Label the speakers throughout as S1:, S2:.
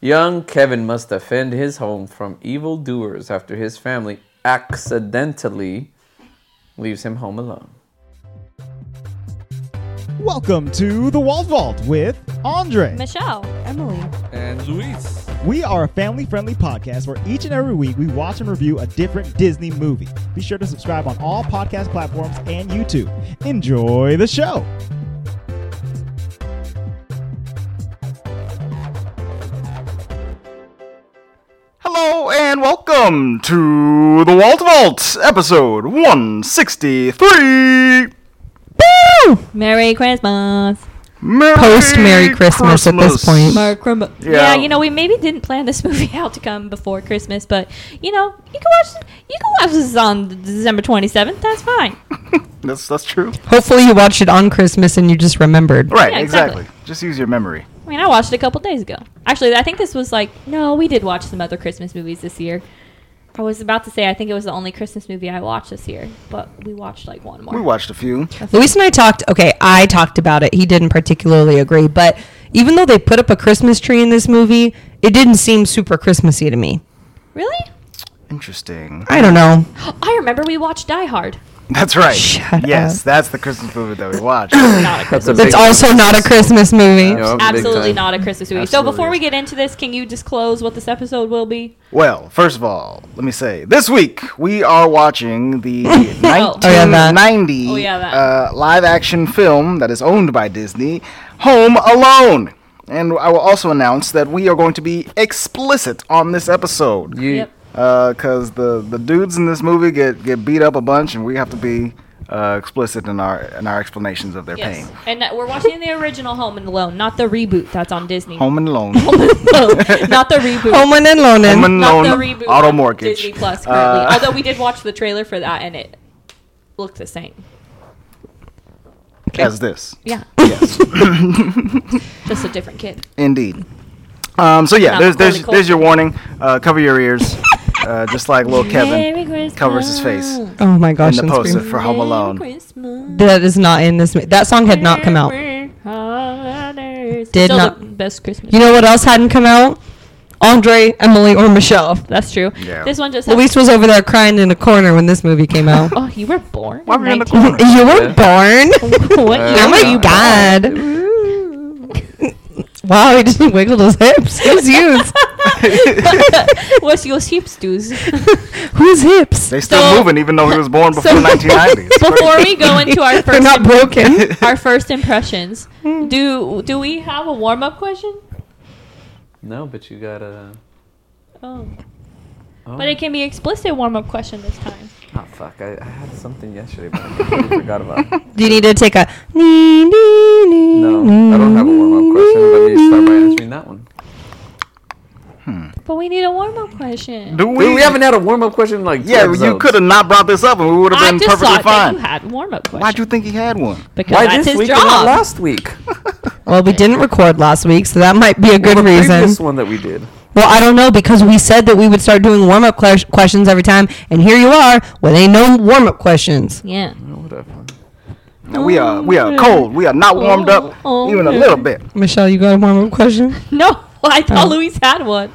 S1: Young Kevin must defend his home from evildoers after his family accidentally leaves him home alone.
S2: Welcome to the Walt Vault with Andre.
S3: Michelle.
S4: Emily.
S5: And Luis.
S2: We are a family friendly podcast where each and every week we watch and review a different Disney movie. Be sure to subscribe on all podcast platforms and YouTube. Enjoy the show.
S6: Hello and welcome to the Walt Vault, episode 163.
S3: Merry Christmas.
S6: Merry
S4: Post Merry Christmas at this point.
S3: Merry Christmas.
S6: Yeah.
S3: Yeah. you know, we maybe didn't plan this movie out to come before Christmas, but you know, you can watch you can watch this on December twenty seventh. That's fine.
S6: That's that's true.
S4: Hopefully, you watched it on Christmas and you just remembered.
S6: Right,
S3: Yeah,
S6: exactly.
S3: exactly.
S6: Just use your memory.
S3: I mean, I watched it a couple days ago. Actually, I think this was like no, we did watch some other Christmas movies this year. I was about to say I think it was the only Christmas movie I watched this year, but we watched like one more.
S6: We watched a few.
S4: Luis and I talked. Okay, I talked about it. He didn't particularly agree, but even though they put up a Christmas tree in this movie, it didn't seem super Christmassy to me.
S3: Really?
S6: Interesting.
S4: I don't know.
S3: I remember we watched Die Hard.
S6: That's right.
S4: Shut
S6: yes,
S4: up.
S6: that's the Christmas movie that we watched.
S3: Not a Christmas.
S4: That's also not a Christmas movie.
S3: Absolutely not a Christmas movie.
S6: Absolutely
S3: So before we
S6: is.
S3: get into this, can you disclose what this episode will be?
S6: well, first of all, let me say this week we are watching the 1990
S4: Oh, yeah, that.
S3: Oh, yeah, that.
S6: uh, live action film that is owned by Disney, Home Alone. And I will also announce that we are going to be explicit on this episode.
S1: You,
S3: Yep.
S6: because the the dudes in this movie get get beat up a bunch, and we have to be uh, explicit in our in our explanations of their
S3: Yes.
S6: pain.
S3: And uh, we're watching the original Home and Alone, not the reboot that's on Disney.
S6: Home and loan,
S3: not the reboot.
S4: Homan and Lonin.
S6: home and
S3: not
S6: loan,
S3: the reboot.
S6: auto
S3: on
S6: mortgage. uh,
S3: Disney Plus currently. Although we did watch the trailer for that and it looked the same.
S6: as this,
S3: Yeah. Just a different kid.
S6: indeed. Um, so yeah,
S3: Not
S6: there's there's
S3: Macaulay
S6: there's your
S3: Culkin.
S6: warning. Uh, cover your ears, uh, just like little Kevin
S3: Merry Christmas.
S6: covers his face in
S4: Oh my gosh,
S6: the
S4: that's
S6: poster
S4: weird.
S6: for Home Alone.
S3: Christmas.
S4: that is not in this. mo- That song had not come out.
S3: Holidays.
S4: Did
S3: Still
S4: not-
S3: the best Christmas.
S4: You know what else hadn't come out? Andre, Emily, or Michelle.
S3: that's true.
S6: Yeah.
S3: This one just.
S4: Luis was over there crying in a corner when this movie came out.
S3: oh, you were born.
S6: Why were you in the
S3: 19
S6: corner?
S4: you were born.
S3: what year
S4: Oh
S3: were
S4: my
S3: you
S4: god. wow, he just wiggled his hips. His youth.
S3: What's your sheep's dues?
S4: Whose hips?
S6: They still
S3: So-
S6: moving, even though he was born before 1990. It's
S3: Before we go into our
S4: They're
S3: first
S4: not broken.
S3: our first impressions,
S1: Hmm.
S3: do do we have a warm up question?
S1: No, but you gotta.
S3: Oh.
S1: Oh,
S3: But it can be explicit warm up question this time.
S1: oh, fuck. I, I had something yesterday, but I completely forgot about it.
S4: Do you need to take
S1: No,
S4: a
S1: I don't have a warm up question. Let me start by answering that one.
S3: But we need a warm up question.
S6: Do
S1: Dude, we haven't had a warm up question in like two
S6: Yeah, you
S1: episodes.
S6: could have not brought this up, and we would have
S3: I
S6: been
S3: just
S6: perfectly
S3: thought that
S6: fine.
S3: you had warm up questions.
S6: Why'd you think he had one?
S3: Because
S1: Why
S3: that's
S1: this
S3: his
S1: week and not
S3: job.
S1: last week?
S4: Well, we didn't record last week, so that might be a good
S1: the
S4: reason.
S1: previous one that we did.
S4: Well, I don't know because we said that we would start doing warm up clash- questions every time, and here you are with ain't no warm up questions.
S3: yeah.
S1: Oh, whatever.
S6: No, we are we are cold. We are not warmed up
S3: Oh,
S6: even a
S3: okay.
S6: little bit.
S4: Michelle, you got a warm up question?
S3: No, I thought
S4: Oh.
S3: Luis had one.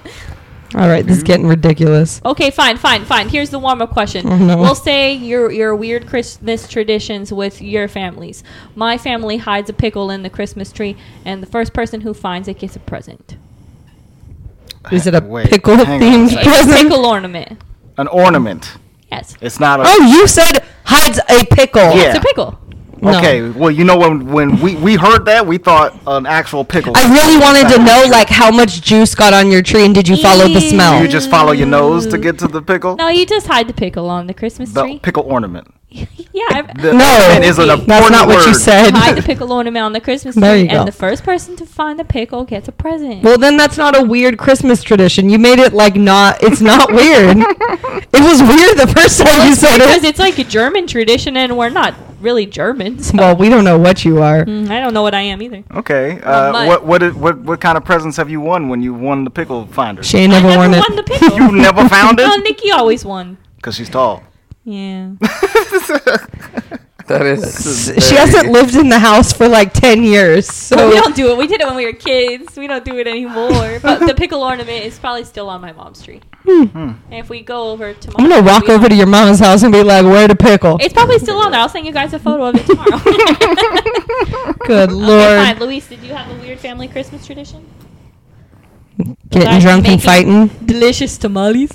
S4: All right, this is getting ridiculous.
S3: Okay, fine, fine, fine. Here's the warm up question.
S4: Oh, no.
S3: We'll say your your weird Christmas traditions with your families. My family hides a pickle in the Christmas tree, and the first person who finds it gets a present.
S4: Is it a
S6: Wait,
S4: pickle
S6: hang on a
S4: themed
S6: second.
S3: It's a
S4: present?
S3: pickle ornament.
S6: An ornament.
S3: Yes,
S6: It's not a
S4: Oh, you said hides a pickle.
S6: Yeah.
S3: it's a pickle.
S4: No.
S6: okay. Well, you know when when we we heard that we thought an actual pickle.
S4: I really wanted to know like how much juice got on your tree and did you follow the
S6: Do you
S4: smell?
S6: just follow your nose to get to the pickle?
S3: No, you just hide the pickle on the Christmas
S6: The
S3: tree.
S6: pickle ornament.
S3: yeah, I-
S6: The
S4: No.
S6: ornament is an
S3: That's
S4: That's
S6: important
S4: not what you
S6: word.
S4: said.
S3: hide the pickle ornament on the Christmas
S4: There
S3: tree,
S4: you go.
S3: and the first person to find the pickle gets a present.
S4: Well, then that's not a weird Christmas tradition. You made it like not it's not weird. it was weird the first time you said
S3: because
S4: it.
S3: it's like a German tradition, and we're not really Germans. Mm,
S4: Well, we don't know what you are.
S3: I don't know what I am either.
S6: Okay. Uh,
S3: mutt.
S6: what what did- what what kind of presents have you won when you won the pickle finder?
S4: She ain't never,
S3: I
S4: worn
S3: never
S4: it.
S3: won the pickle.
S6: You never found
S3: No,
S6: it
S3: Nikki always won.
S6: because she's tall.
S3: Yeah.
S1: That is.
S4: She hasn't lived in the house for like 10 years.
S3: But we
S4: So
S3: don't do it. We did it when we were kids. We don't do it anymore. But the pickle ornament is probably still on my mom's tree. And if we go over tomorrow,
S4: I'm going to walk
S3: we-
S4: over to your mama's house and be like, where to pickle?
S3: It's probably still on there. I'll send you guys a photo of it tomorrow.
S4: Good
S3: Fine,
S4: lord.
S3: Luis, did you have a weird family Christmas tradition?
S4: Getting drunk and
S3: Making-
S4: fighting.
S3: Delicious tamales.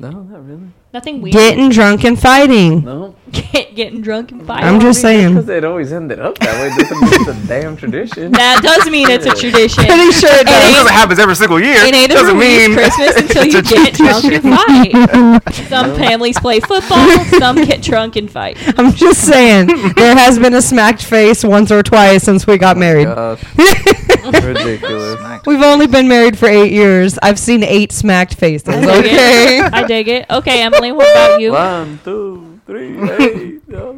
S1: No, not really.
S3: Nothing weird.
S4: Getting drunk and fighting.
S1: No.
S3: Get, getting drunk and fighting.
S4: I'm just
S1: Because
S4: saying.
S1: it always ended up that way. This is just a damn tradition.
S3: That does mean it's a tradition.
S4: Pretty sure it
S6: It
S4: does.
S6: doesn't happen every single year.
S3: It ain't a
S6: doesn't
S3: mean
S6: mean
S3: Christmas until
S6: it's
S3: you
S6: a
S3: get drunk and
S6: tradition.
S3: fight. Some families play football. Some get drunk and fight.
S4: I'm just saying. There has been a smacked face once or twice since we got married.
S1: Gosh, ridiculous.
S4: We've only been married for eight years. I've seen eight smacked faces.
S3: dig it.
S4: Okay.
S3: I dig it. Okay, Emily, what about you?
S1: One, two, three, eight. oh.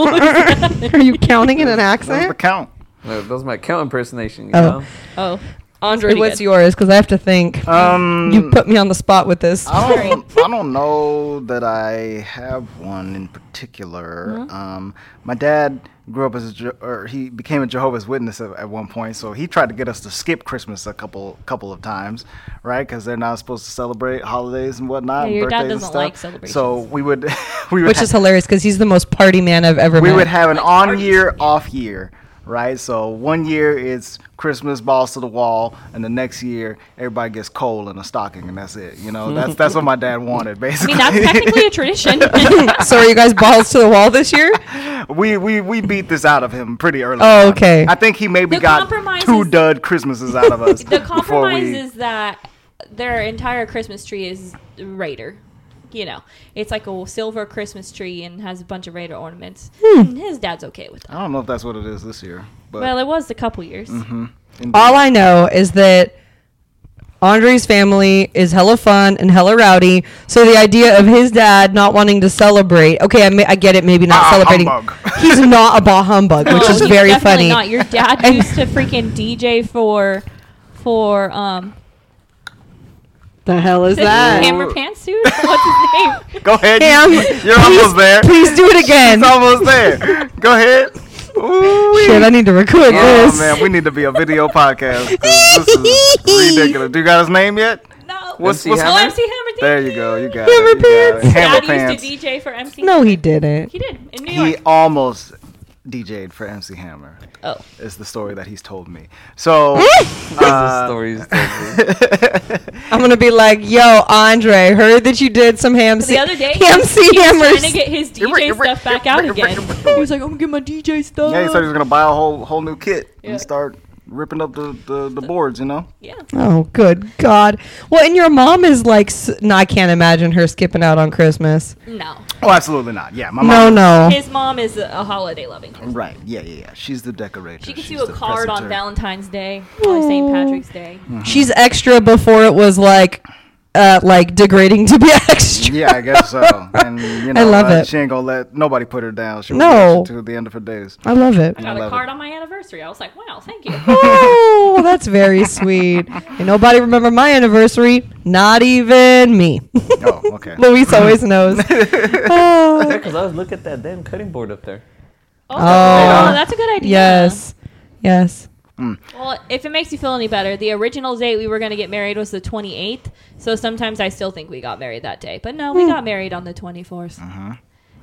S1: no,
S4: Are you counting in an
S6: That's the
S4: accent?
S6: count.
S1: that was my cow impersonation. You
S4: Oh.
S1: know?
S3: oh, Andre,
S4: What's yours? Because I have to think.
S6: Um,
S4: you put me on the spot with this.
S6: I don't, I don't know that I have one in particular.
S3: Mm-hmm.
S6: Um, my dad grew up as a, Je- or he became a Jehovah's Witness at, at one point, so he tried to get us to skip Christmas a couple couple of times, right? Because they're not supposed to celebrate holidays and whatnot,
S3: Yeah, your
S6: and
S3: dad
S6: birthdays
S3: doesn't
S6: and
S3: like
S6: stuff. so
S3: celebrations.
S6: we would, we would,
S4: Which
S6: ha-
S4: is hilarious because he's the most party man I've ever
S6: we
S4: met.
S6: would have an on year, off year, right? So one year it's Christmas balls to the wall, and the next year everybody gets coal and a stocking, and that's it. You know, that's that's what my dad wanted
S3: I
S6: basically.
S3: mean, that's technically a tradition.
S4: so are you guys balls to the wall this year?
S6: we, we we beat this out of him pretty early. on.
S4: Oh, okay.
S6: I think he maybe
S3: The
S6: got
S3: compromise
S6: two
S3: is-
S6: dud Christmases out of us.
S3: the
S6: before we-
S3: compromise is that their entire Christmas tree is Raider. You know, it's like a silver Christmas tree and has a bunch of Raider ornaments.
S6: Hmm.
S3: And his dad's okay with that.
S6: I don't know if that's what it is this year, but
S3: Well, it was a couple years.
S6: indeed.
S4: All I know is that Andre's family is hella fun and hella rowdy. So the idea of his dad not wanting to celebrate. Okay, I, ma- I get it. Maybe not
S6: Ah,
S4: celebrating.
S6: humbug.
S4: He's not a bah humbug, which
S3: No,
S4: is
S3: he's
S4: very
S3: definitely
S4: funny.
S3: Not your dad
S4: And-
S3: used to freaking DJ for for um
S4: The hell is
S3: hammer pantsuit. What's his name?
S6: go ahead.
S4: Cam,
S6: You're
S4: please-
S6: almost there.
S4: Please do it again.
S6: It's almost there. Go ahead. Ooh-wee.
S4: Shit, I need to record
S6: Oh
S4: this.
S6: man, we need to be a video podcast. 'cause This is ridiculous. Do you got his name yet?
S3: No.
S1: What's
S6: what's-
S1: he
S3: oh,
S1: having?
S3: MC Hammer. Did
S6: There you go. You got
S4: Hammer
S6: it. You got
S4: pants.
S6: it.
S3: Dad
S6: Hammer pants.
S3: used to DJ for MC.
S4: No, he didn't.
S3: he did in New
S6: He
S3: York.
S6: almost DJ'd for MC Hammer.
S3: Oh,
S6: Is the story that he's told me. So uh,
S1: That's the story he's told me.
S4: I'm gonna be like, yo, Andre, heard that you did some ham.
S3: the other day, he
S4: ham
S3: was trying to
S4: hammers.
S3: get his
S6: Irre-
S3: DJ
S6: irre-
S3: stuff back out
S6: irre-
S3: again.
S6: irre-
S3: He was like, "I'm gonna get my DJ stuff."
S6: yeah, he said he was gonna buy a whole whole new kit
S3: Yeah.
S6: and start ripping up the, the, the boards. You know.
S3: yeah.
S4: Oh, good God. Well, and your mom is like, s- no, I can't imagine her skipping out on Christmas.
S3: No,
S6: Oh, absolutely not. Yeah, my
S4: No,
S6: mom.
S4: no.
S3: his mom is a, a holiday loving. person.
S6: Right. Yeah, yeah, yeah. She's the decorator.
S3: She gets
S6: She's
S3: you a
S6: the
S3: card on
S6: presenter.
S3: Valentine's Day or St. Patrick's Day.
S6: Mm,
S4: She's extra before it was like, uh, like degrading to be extra.
S6: Yeah, I guess so. And you know,
S4: love
S6: uh,
S4: it.
S6: she ain't gonna let nobody put her down. She'll
S4: No.
S6: no. to the end of her days.
S4: I love it.
S3: I got a
S6: I love
S3: card on my anniversary. I was like, "Wow, thank you."
S4: Oh, that's very sweet. And nobody remember my anniversary. Not even me.
S6: Oh, okay.
S4: Luis always knows. Oh.
S1: Because I was looking at that damn cutting board up there.
S3: Oh, oh, that's a good idea.
S4: Yes. Yes.
S3: Well, if it makes you feel any better, the original date we were going to get married was the 28th. So sometimes I still think we got married that day. But no, we
S4: Hmm.
S3: got married on the 24th.
S4: Uh-huh.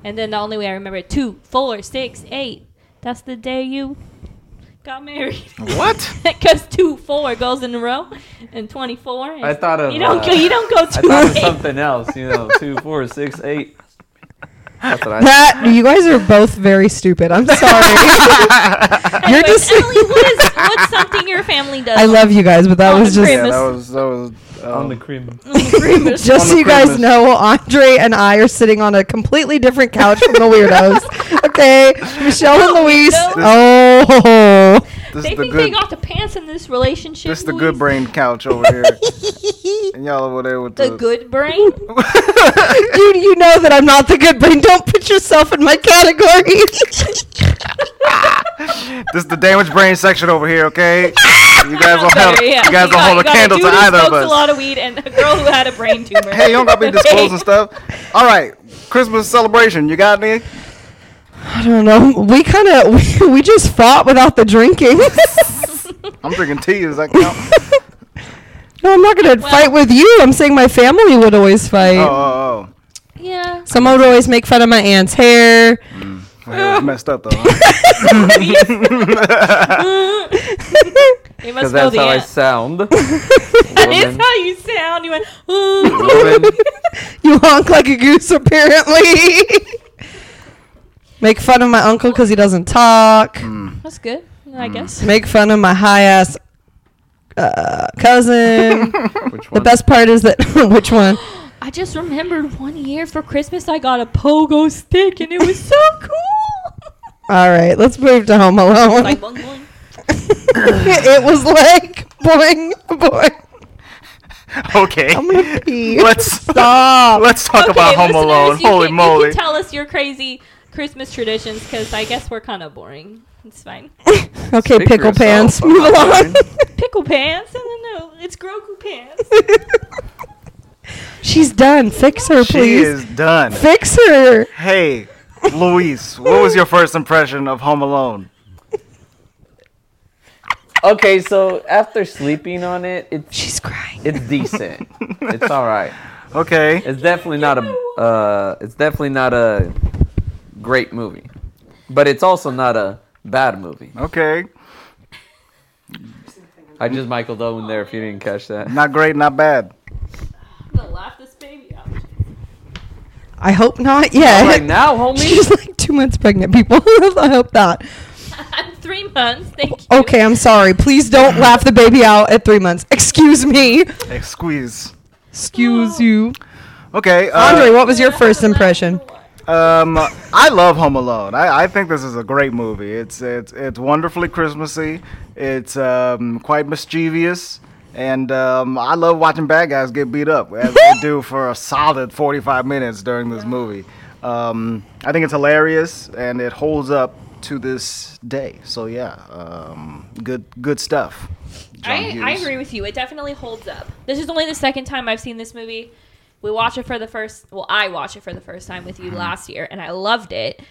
S3: And then the only way I remember it, two, four, six, eight. That's the day you got married.
S6: What?
S3: Because two, four goes in a row, and 24.
S1: I
S3: is-
S1: thought of,
S3: You don't,
S1: uh,
S3: go, you don't go
S1: I
S3: two,
S1: thought of
S3: eight.
S1: something else. You know, two, four, six, eight. That's what I.
S4: That you guys are both very stupid. I'm sorry. You're
S3: Anyways,
S4: just.
S3: Emily, what is, what's something your family does?
S4: I love you guys, but that
S3: Oh,
S4: was
S3: the
S4: just.
S6: Yeah, that
S3: Christmas.
S6: was that was.
S1: On
S6: Um,
S1: the cream.
S4: Just so
S6: the
S4: you guys
S6: premise.
S4: know, Andre and I are sitting on a completely different couch from the weirdos. Okay, Michelle and Luis.
S3: no.
S4: Oh,
S6: this
S3: they
S6: is the
S3: think they
S6: good.
S3: got the pants in this relationship.
S6: This is the
S3: Luis.
S6: good brain couch over here, and y'all over there with the,
S3: The good brain?
S4: you you know that I'm not the good brain. Don't put yourself in my category.
S6: this is the damaged brain section over here, okay? You guys don't
S3: Better,
S6: have,
S3: yeah.
S6: you guys don't
S3: got-
S6: hold a
S3: you got
S6: candle
S3: dude
S6: to
S3: who
S6: either of
S3: smokes
S6: us.
S3: a lot of weed and a girl who had a brain tumor.
S6: hey, you don't gotta be disclosing
S3: Hey.
S6: stuff. All right, Christmas celebration. You got me?
S4: I don't know. We kind of we, we just fought without the drinking.
S6: I'm drinking tea. Is that count?
S4: no, I'm not gonna
S3: Well-
S4: fight with you. I'm saying my family would always fight.
S6: oh, oh,
S3: Yeah.
S4: Someone would always make fun of my aunt's hair.
S6: oh. My hair was messed up though. huh?
S3: You
S1: Because
S3: must know
S1: that's
S3: the
S1: how I
S3: ant.
S1: sound.
S3: That is
S1: Woman.
S3: how you sound. You went, "Ooh."
S1: Woman.
S4: You honk like a goose, apparently. Make fun of my uncle because he doesn't talk.
S3: That's good,
S6: Hmm.
S3: I guess.
S4: Make fun of my high ass uh, cousin.
S1: Which
S4: the
S1: one?
S4: best part is that which one?
S3: I just remembered one year for Christmas I got a pogo stick and it was so cool.
S4: All right, let's move to Home Alone.
S3: like, boing, boing.
S4: it was like boing boing.
S6: okay.
S4: I'm gonna pee.
S6: Let's
S4: Stop.
S6: Let's talk about Home
S3: listeners,
S6: Alone.
S3: you
S6: Holy
S3: can,
S6: moly!
S3: You can tell us your crazy Christmas traditions because I guess we're kind of boring. It's fine.
S4: Okay,
S1: Speak for
S4: pickle
S1: yourself,
S4: pants.
S1: I'm
S4: Move
S1: not
S4: along.
S3: Pickle pants? I don't know. It's Grogu pants.
S4: She's done. Fix her,
S6: she
S4: please.
S6: is done.
S4: Fix her.
S6: Hey, Luis, what was your first impression of Home Alone?
S1: Okay, so after sleeping on it, it's
S4: She's crying.
S1: it's decent. it's all right.
S6: Okay.
S1: It's definitely not a uh, it's definitely not a great movie, but it's also not a bad movie.
S6: Okay.
S1: I just Michael Owen there if you didn't catch that.
S6: Not great, not bad.
S3: I'm gonna laugh this baby out.
S4: I hope not yet.
S1: Right now, homie.
S4: She's like two months pregnant, people. I hope not.
S3: I'm three months. Thank you.
S4: Okay, I'm sorry. Please don't laugh the baby out at three months. Excuse me.
S6: Hey, squeeze.
S4: Excuse you.
S6: Okay.
S4: Andre,
S6: Uh,
S4: what was your first impression?
S6: um, I love Home Alone. I, I think this is a great movie. It's it's it's wonderfully Christmassy. It's um, quite mischievous. And um, I love watching bad guys get beat up, as they do for a solid 45 minutes during this movie. Um, I think it's hilarious, and it holds up to this day. So yeah, um, good good stuff. John
S3: I, I
S6: Hughes.
S3: agree with you. It definitely holds up. This is only the second time I've seen this movie. We watched it for the first. Well, I watched it for the first time with you
S6: Mm-hmm.
S3: last year, and I loved it.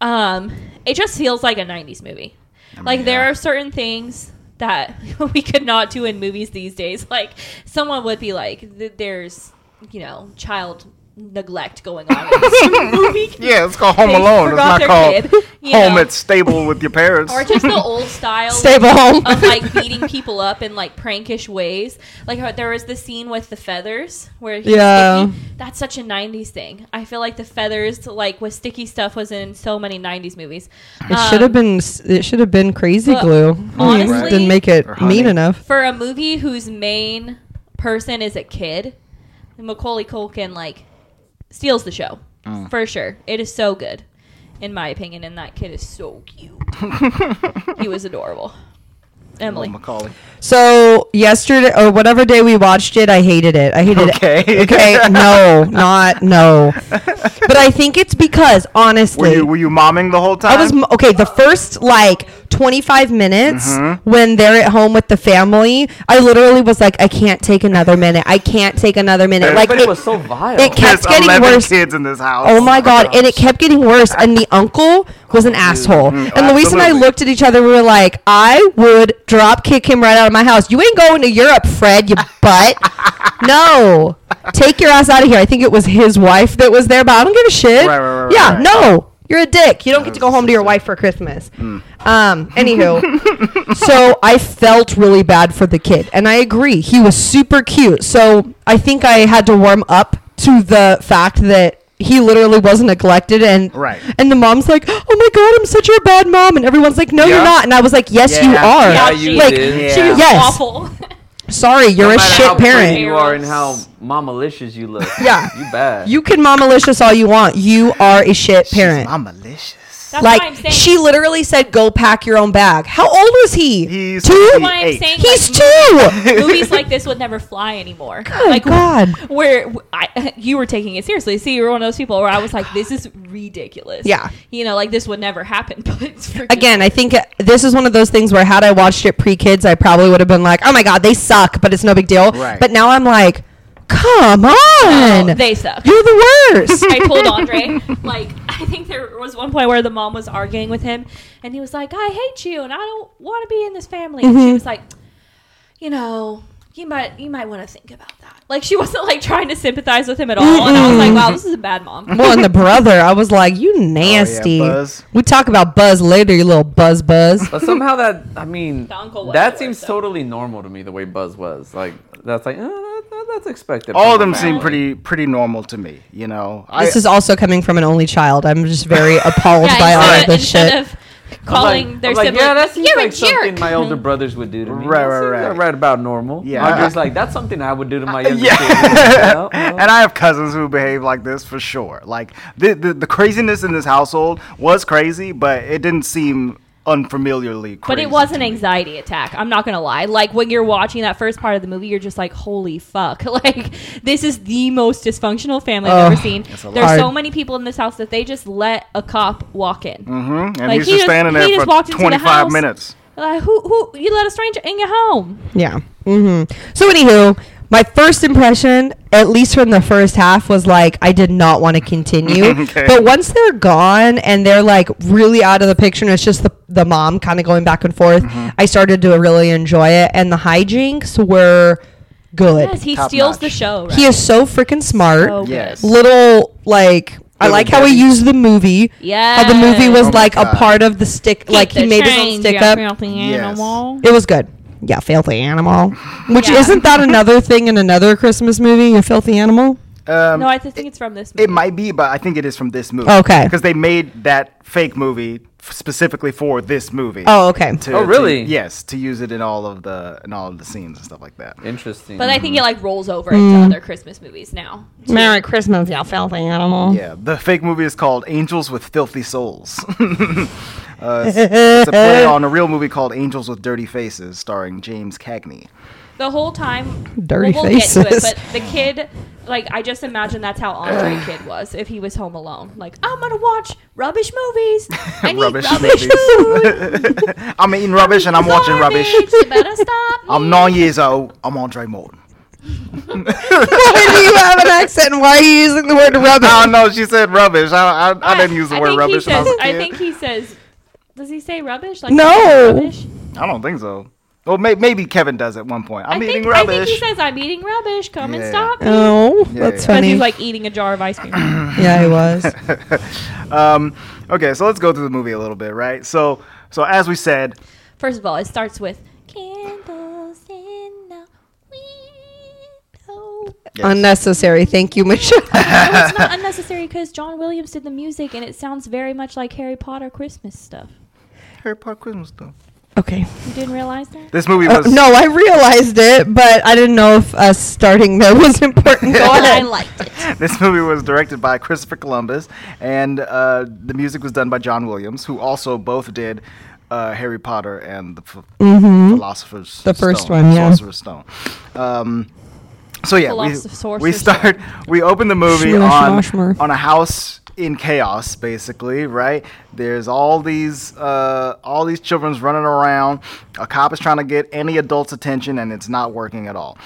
S3: Um, it just feels like a '90s movie. like there are certain things that we could not do in movies these days. Like someone would be like, th- "There's, you know, child neglect going on in this movie."
S6: Yeah, it's called Home
S3: They
S6: Alone. It's
S3: forgot
S6: not
S3: their
S6: called
S3: kid, you
S6: Home
S3: know.
S6: at Stable with your parents.
S3: Or just the old style.
S4: Stable home.
S3: of like beating people up in like prankish ways. Like how there was the scene with the feathers where he's
S4: Yeah.
S3: sticky. That's such a '90s thing. I feel like the feathers, like with sticky stuff, was in so many '90s movies. Um,
S4: It should have been. s- It should have been crazy
S3: but
S4: glue. I mean,
S3: honestly-
S4: didn't make it
S6: Or honey.
S4: mean enough.
S3: for a movie whose main person is a kid. Macaulay Culkin like steals the show for sure. It is so good, in my opinion, and that kid is so cute. he was adorable.
S6: Oh,
S3: Emily,
S6: Macaulay.
S4: So yesterday or whatever day we watched it, I hated it. I hated
S6: Okay.
S4: it. Okay. No, not no. But I think it's because honestly,
S6: Were you were you momming the whole time?
S4: I was m- okay. The first like 25 minutes when they're at home with the family, I literally was like, I can't take another minute. I can't take another minute. Like
S1: But it
S4: it,
S1: was so vile.
S4: it kept
S6: There's
S4: getting
S6: 11
S4: worse.
S6: kids in this house. Mm-hmm.
S4: Oh my god! And it kept getting worse. And the uncle was an asshole. And Luis and I
S6: absolutely.
S4: looked at each other. We were like, "I would drop kick him right out of my house. You ain't going to Europe, Fred. You butt. no, take your ass out of here." I think it was his wife that was there, but I don't give a shit.
S6: Right, right, right, right,
S4: yeah,
S6: right.
S4: no, you're a dick. You don't get to go home to your wife for Christmas.
S6: Hmm.
S4: Um. Anywho. so I felt really bad for the kid, and I agree. He was super cute. So I think I had to warm up to the fact that he literally was neglected, and
S6: Right.
S4: And the mom's like, "Oh my god, I'm such a bad mom," and everyone's like, "No,
S6: Yeah.
S4: you're not." And I was like, "Yes, you
S6: Yeah.
S4: are."
S1: yeah,
S3: Yeah,
S1: you
S4: like,
S1: did.
S6: Yeah.
S3: she was
S4: Yes.
S3: awful.
S4: Sorry, you're
S1: No
S4: a
S1: matter how
S4: shit
S1: pretty
S4: parent.
S1: You are and how mamalicious you look.
S4: Yeah.
S1: You bad.
S4: You can mom malicious all you want. You are a shit
S6: She's
S4: parent.
S6: my malicious.
S3: That's why I'm
S4: like
S3: saying.
S4: she literally said, "Go pack your own bag." How old was he?
S6: He's
S4: two.
S3: why I'm
S6: eight.
S3: saying
S4: He's
S3: like,
S4: two.
S3: movies like this would never fly anymore.
S4: Good
S3: like
S4: God.
S3: where I, you were taking it seriously. See, you were one of those people where I was like, this is ridiculous.
S4: Yeah.
S3: you know, like this would never happen. But it's freaking-
S4: Again, I think uh, this is one of those things where had I watched it pre kids, I probably would have been like, "Oh my god, they suck," but it's no big deal.
S6: Right.
S4: But now I'm like, "Come on,
S3: Oh, they suck.
S4: you're the worst."
S3: I told Andre, like, I think there was one point where the mom was arguing with him, and he was like, "I hate you, and I don't want to be in this family." And she was like, "You know, you might you might want to think about that." Like, she wasn't like trying to sympathize with him at all, and I was like, "Wow, this is a bad mom."
S4: well, and the brother, I was like, "You nasty."
S6: Oh, Buzz.
S4: We talk about Buzz later, you little Buzz Buzz.
S1: But somehow that I mean
S3: The uncle was
S1: that
S3: the
S1: seems
S3: worst, though.
S1: totally normal to me the way Buzz was like that's like uh, that- that- that's expected.
S6: All of
S1: from
S6: them
S1: a
S6: seem
S1: family.
S6: pretty pretty normal to me. You know, I,
S4: This is also coming from an only child. I'm just very appalled by all of
S3: instead,
S4: this shit.
S3: instead of calling
S1: I'm like,
S3: their
S1: I'm like,
S3: sibling,
S1: yeah, that seems
S3: "You're
S1: like
S3: a
S1: something
S3: jerk."
S1: my older brothers would do to me.
S6: Right,
S1: That
S6: right,
S1: seems
S6: right.
S1: Right about normal.
S6: Yeah.
S1: Yeah, Andre's like that's something I would do to my younger
S6: yeah.
S1: kids. You know? Oh,
S6: and I have cousins who behave like this for sure. Like the, the the craziness in this household was crazy, but it didn't seem unfamiliarly crazy.
S3: But it was an anxiety attack. I'm not gonna lie. Like when you're watching that first part of the movie, you're just like, "Holy fuck!" Like this is the most dysfunctional family I've ever seen.
S6: a lot.
S3: There's so
S4: Hard.
S3: many people in this house that they just let a cop walk in.
S6: Mhm, And
S3: Like, he
S6: he's just
S3: just-
S6: standing there
S3: he just
S6: for
S3: walked into the
S6: 25
S3: house.
S6: minutes.
S3: Like who who you let a stranger in your home?
S4: Yeah. hmm So, anywho, my first impression, at least from the first half, was like I did not want to continue.
S6: Okay.
S4: But once they're gone and they're like really out of the picture, and it's just the, the mom kind of going back and forth,
S6: Mm-hmm.
S4: I started to really enjoy it. And the hijinks were good.
S3: Yes, he
S6: Top
S3: steals
S6: notch.
S3: the show. Right?
S4: He is so freaking smart.
S3: So good.
S6: Yes.
S4: Little like. I
S6: Little
S4: like how he
S6: Debbie.
S4: used the movie. How the movie was
S6: Oh my
S4: like a
S6: God.
S4: part of the stick. like he
S3: Keep the
S4: made his own
S3: change,
S4: stick
S3: you
S4: up.
S3: filthy
S6: Yes.
S3: animal.
S4: It was good. Yeah, filthy animal. Which
S3: Yeah.
S4: isn't that another thing in another Christmas movie? A filthy animal.
S6: Um,
S3: No, I th- think it's from this. Movie.
S6: It might be, but I think it is from this movie.
S4: Okay.
S6: Because they made that fake movie f- specifically for this movie.
S4: Oh, okay.
S6: To,
S1: Oh,
S6: to-
S1: really?
S6: yes, to use it in all of the in all of the scenes and stuff like that.
S1: Interesting.
S3: But I
S6: Mm-hmm.
S3: think it like rolls over into other Christmas movies now.
S4: Merry Christmas, you filthy animal.
S6: Yeah, the fake movie is called Angels with Filthy Souls. uh, it's, it's a play on a real movie called Angels with Dirty Faces, starring James Cagney.
S3: the whole time
S4: Dirty faces.
S3: Get to it, but the kid, like I just imagine that's how Andre kid was if he was home alone. Like I'm gonna watch rubbish movies. I need
S6: Rubbish
S3: rubbish,
S6: movies.
S3: food.
S6: I'm eating rubbish and I'm watching rubbish.
S3: Garbage, You better stop.
S6: I'm nine years old. I'm Andre Morton.
S4: Why do you have an accent? and Why are you using the word rubbish?
S6: Oh no, she said rubbish. I, I, I didn't use the
S3: I
S6: word
S3: think
S6: rubbish
S3: He
S6: when I
S3: says,
S6: was a
S3: I
S6: kid.
S3: think he says. Does he say rubbish? Like
S4: No.
S3: I'm eating rubbish?
S6: I don't think so. Well, may, maybe Kevin does at one point.
S3: I
S6: I'm
S3: think,
S6: eating
S3: I think
S6: rubbish.
S3: he says I'm eating rubbish. Come and
S6: Yeah.
S3: stop me.
S4: Oh,
S6: Yeah,
S4: that's
S6: yeah.
S3: Because
S4: funny.
S3: he's like eating a jar of ice cream.
S4: yeah, he was.
S6: um, okay, so let's go through the movie a little bit, right? So, so as we said,
S3: First of all, it starts with candles in the Oh." window.
S4: Unnecessary. Thank you, Michelle.
S3: Well, it's not unnecessary because John Williams did the music, and it sounds very much like Harry Potter Christmas stuff.
S6: Harry Potter Christmas stuff.
S4: okay.
S3: You didn't realize that?
S6: This movie
S4: Uh,
S6: was
S4: no, I realized it, but I didn't know if us starting there was important. Go
S3: Well, I
S4: ahead.
S3: liked it.
S6: This movie was directed by Christopher Columbus, and uh, the music was done by John Williams, who also both did uh, Harry Potter and the ph- Philosopher's
S4: Mm-hmm. The first
S6: Stone,
S4: one, yeah.
S6: Sorcerer's Stone. Um, so yeah, we,
S3: Philosopher's
S6: we
S3: Stone.
S6: start. We open the movie
S4: Shmush,
S6: on
S4: mush, mur.
S6: on a house in chaos, basically. Right? There's all these uh, all these children's running around. A cop is trying to get any adult's attention, and it's not working at all.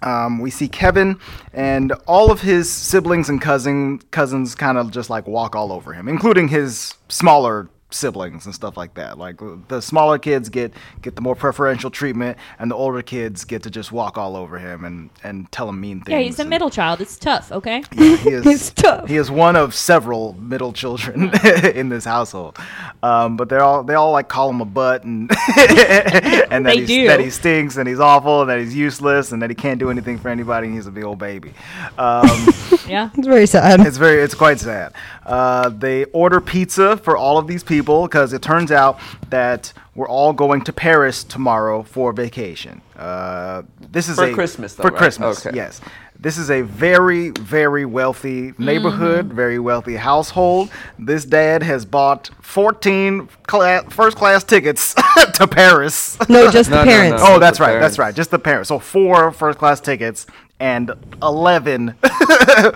S6: Um, we see Kevin and all of his siblings and cousin cousins kind of just like walk all over him, including his smaller siblings and stuff like that. Like the smaller kids get get the more preferential treatment, and the older kids get to just walk all over him and and tell him mean things.
S3: Yeah, he's a
S6: and-
S3: middle child. It's tough, okay?
S6: he is,
S4: It's tough.
S6: He is one of several middle children in this household, um, but they're all they all like call him a butt and and that,
S3: They
S6: he's,
S3: do.
S6: that he stinks and he's awful and that he's useless and that he can't do anything for anybody and he's a big old baby. Um,
S3: Yeah.
S4: It's very sad.
S6: it's very it's quite sad. Uh, they order pizza for all of these people because it turns out that we're all going to Paris tomorrow for vacation. Uh, this is
S1: For
S6: a,
S1: Christmas, though,
S6: for
S1: right?
S6: Christmas.
S1: Okay.
S6: Yes, This is a very, very wealthy neighborhood,
S1: Mm-hmm.
S6: very wealthy household. This dad has bought 14 cla- first class tickets to Paris.
S1: Oh,
S4: No, just
S1: No,
S4: the
S1: no,
S4: parents.
S1: no.
S6: Oh, that's
S1: the
S6: right. That's
S1: parents.
S6: right. Just the parents. So four first class tickets and 11.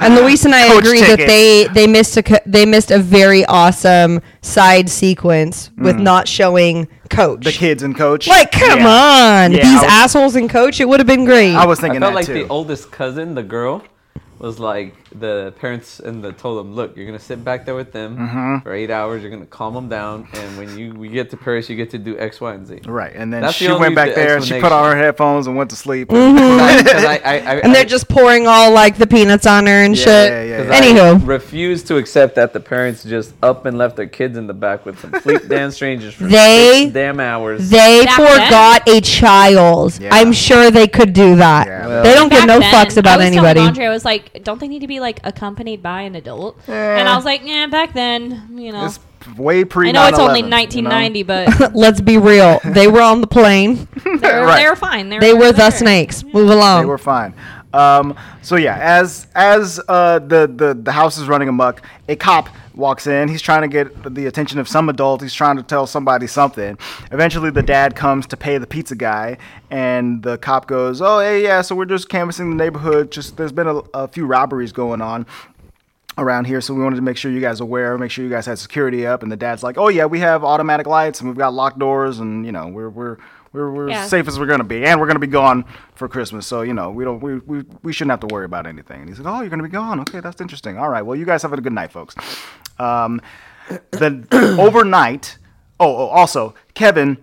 S4: And Luis and I
S6: Coach
S4: agree that
S6: tickets.
S4: they they missed a co- they missed a very awesome side sequence with not showing coach.
S6: Mm. the kids and coach.
S4: Like, come
S6: Yeah.
S4: on,
S6: Yeah,
S4: these
S6: I was-
S4: assholes and coach. It would have been great.
S6: I was
S1: I
S6: thinking
S1: felt
S6: that
S1: like
S6: too.
S1: the oldest cousin, the girl, was like the parents and the told them, look, you're gonna sit back there with them
S6: Mm-hmm.
S1: for eight hours. You're gonna calm them down, and when you we get to Paris, you get to do X, Y, and Z.
S6: right. And then
S1: That's the
S6: she
S1: only
S6: went back there and she put on her headphones and went to sleep.
S3: Mm-hmm.
S1: and I, I, I,
S4: and they're
S1: I-
S4: just pouring all like the peanuts on her and
S6: Yeah,
S4: shit.
S6: yeah, yeah,
S1: 'cause
S6: yeah.
S1: I
S4: Anywho.
S1: refuse to accept that the parents just up and left their kids in the back with complete damn strangers for
S4: They-
S1: six damn hours.
S4: They
S3: Back then?
S4: forgot a child.
S6: Yeah.
S4: I'm sure they could do that.
S6: Yeah,
S4: they
S6: well-
S4: don't give
S3: Back
S4: no
S3: then,
S4: fucks about
S3: I was telling
S4: anybody.
S3: Andre, I was like, don't they need to be like accompanied by an adult? And I was like, yeah, back then, you know.
S6: It's way pre.
S3: I know it's only
S6: 9/11, you know?
S3: 1990, but
S4: Let's be real. They were on the plane.
S3: they were,
S6: Right.
S3: they were fine. They were,
S4: They were the
S3: there.
S4: snakes. Move
S6: They were
S4: along.
S6: fine. Um, so yeah, as as uh, the, the the house is running amok, a cop walks in. He's trying to get the attention of some adult. He's trying to tell somebody something. Eventually, the dad comes to pay the pizza guy, and the cop goes, "Oh, hey, yeah. So we're just canvassing the neighborhood. Just there's been a, a few robberies going on." around here so we wanted to make sure you guys are aware make sure you guys had security up and the dad's like oh yeah we have automatic lights and we've got locked doors and you know we're we're we're, we're
S3: Yeah.
S6: safe as we're gonna be and we're gonna be gone for christmas so you know we don't we, we we shouldn't have to worry about anything and he's like oh you're gonna be gone okay that's interesting all right well you guys have a good night folks um then overnight oh, oh also kevin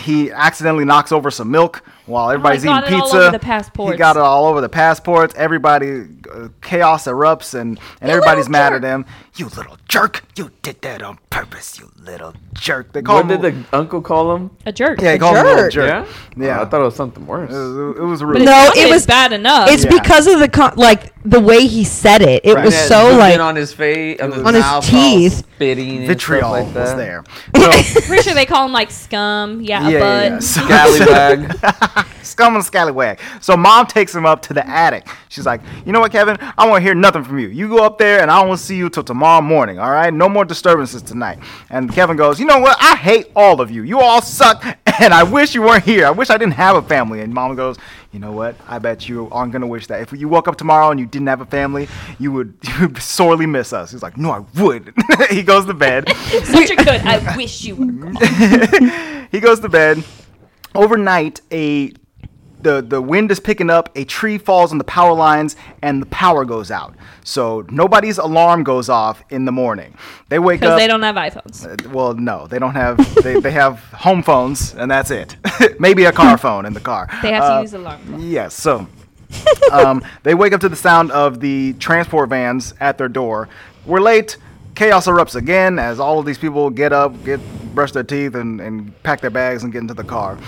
S6: he accidentally knocks over some milk while everybody's
S3: got
S6: eating
S3: Oh it all
S6: pizza.
S3: over the
S6: He
S3: passports.
S6: got it all over the passports. Everybody uh, chaos erupts and, and everybody's
S3: little
S6: mad
S3: jerk.
S6: at him. You little jerk! You did that on purpose. You little jerk! They call
S1: What
S6: him.
S1: did the uncle call him?
S3: A jerk.
S6: yeah, they
S4: A
S6: call him a little jerk.
S1: Yeah,
S6: Yeah.
S1: Oh, I thought it was something worse.
S6: It was, it was
S3: But
S6: rude.
S4: No,
S3: it
S4: it
S3: sounded
S4: was-
S3: bad enough.
S4: It's
S6: Yeah.
S4: because of the con- like the way he said it. It
S6: Right.
S4: was
S6: Yeah,
S4: so
S1: Moving
S4: like
S1: on his face, on his,
S4: On his
S1: mouth, all
S4: teeth.
S1: spitting, and
S6: Vitriol
S1: stuff like that.
S6: was there. So,
S3: Pretty sure they call him like scum. Yeah,
S6: yeah, yeah, yeah.
S3: but
S6: So-
S1: Scallywag.
S6: scum and scallywag. So mom takes him up to the attic. She's like, you know what, Kevin? I want to hear nothing from you. You go up there, and I won't see you till tomorrow morning. All right? No more disturbances tonight. And Kevin goes, you know what? I hate all of you. You all suck, and I wish you weren't here. I wish I didn't have a family. And mom goes, you know what? I bet you aren't gonna wish that. If you woke up tomorrow and you didn't have a family, you would, you would sorely miss us. He's like, no, I would. he goes to bed.
S3: such a good. I wish you. Were
S6: he goes to bed. Overnight, a the the wind is picking up. A tree falls on the power lines, and the power goes out. So nobody's alarm goes off in the morning. They wake
S3: because
S6: up.
S3: they don't have iPhones.
S6: well, no, they don't have. They, they have home phones, and that's it. Maybe a car phone in the car.
S3: They have
S6: Uh,
S3: to use alarm.
S6: Yes. So um, they wake up to the sound of the transport vans at their door. We're late. Chaos erupts again as all of these people get up, get brush their teeth, and, and pack their bags and get into the car.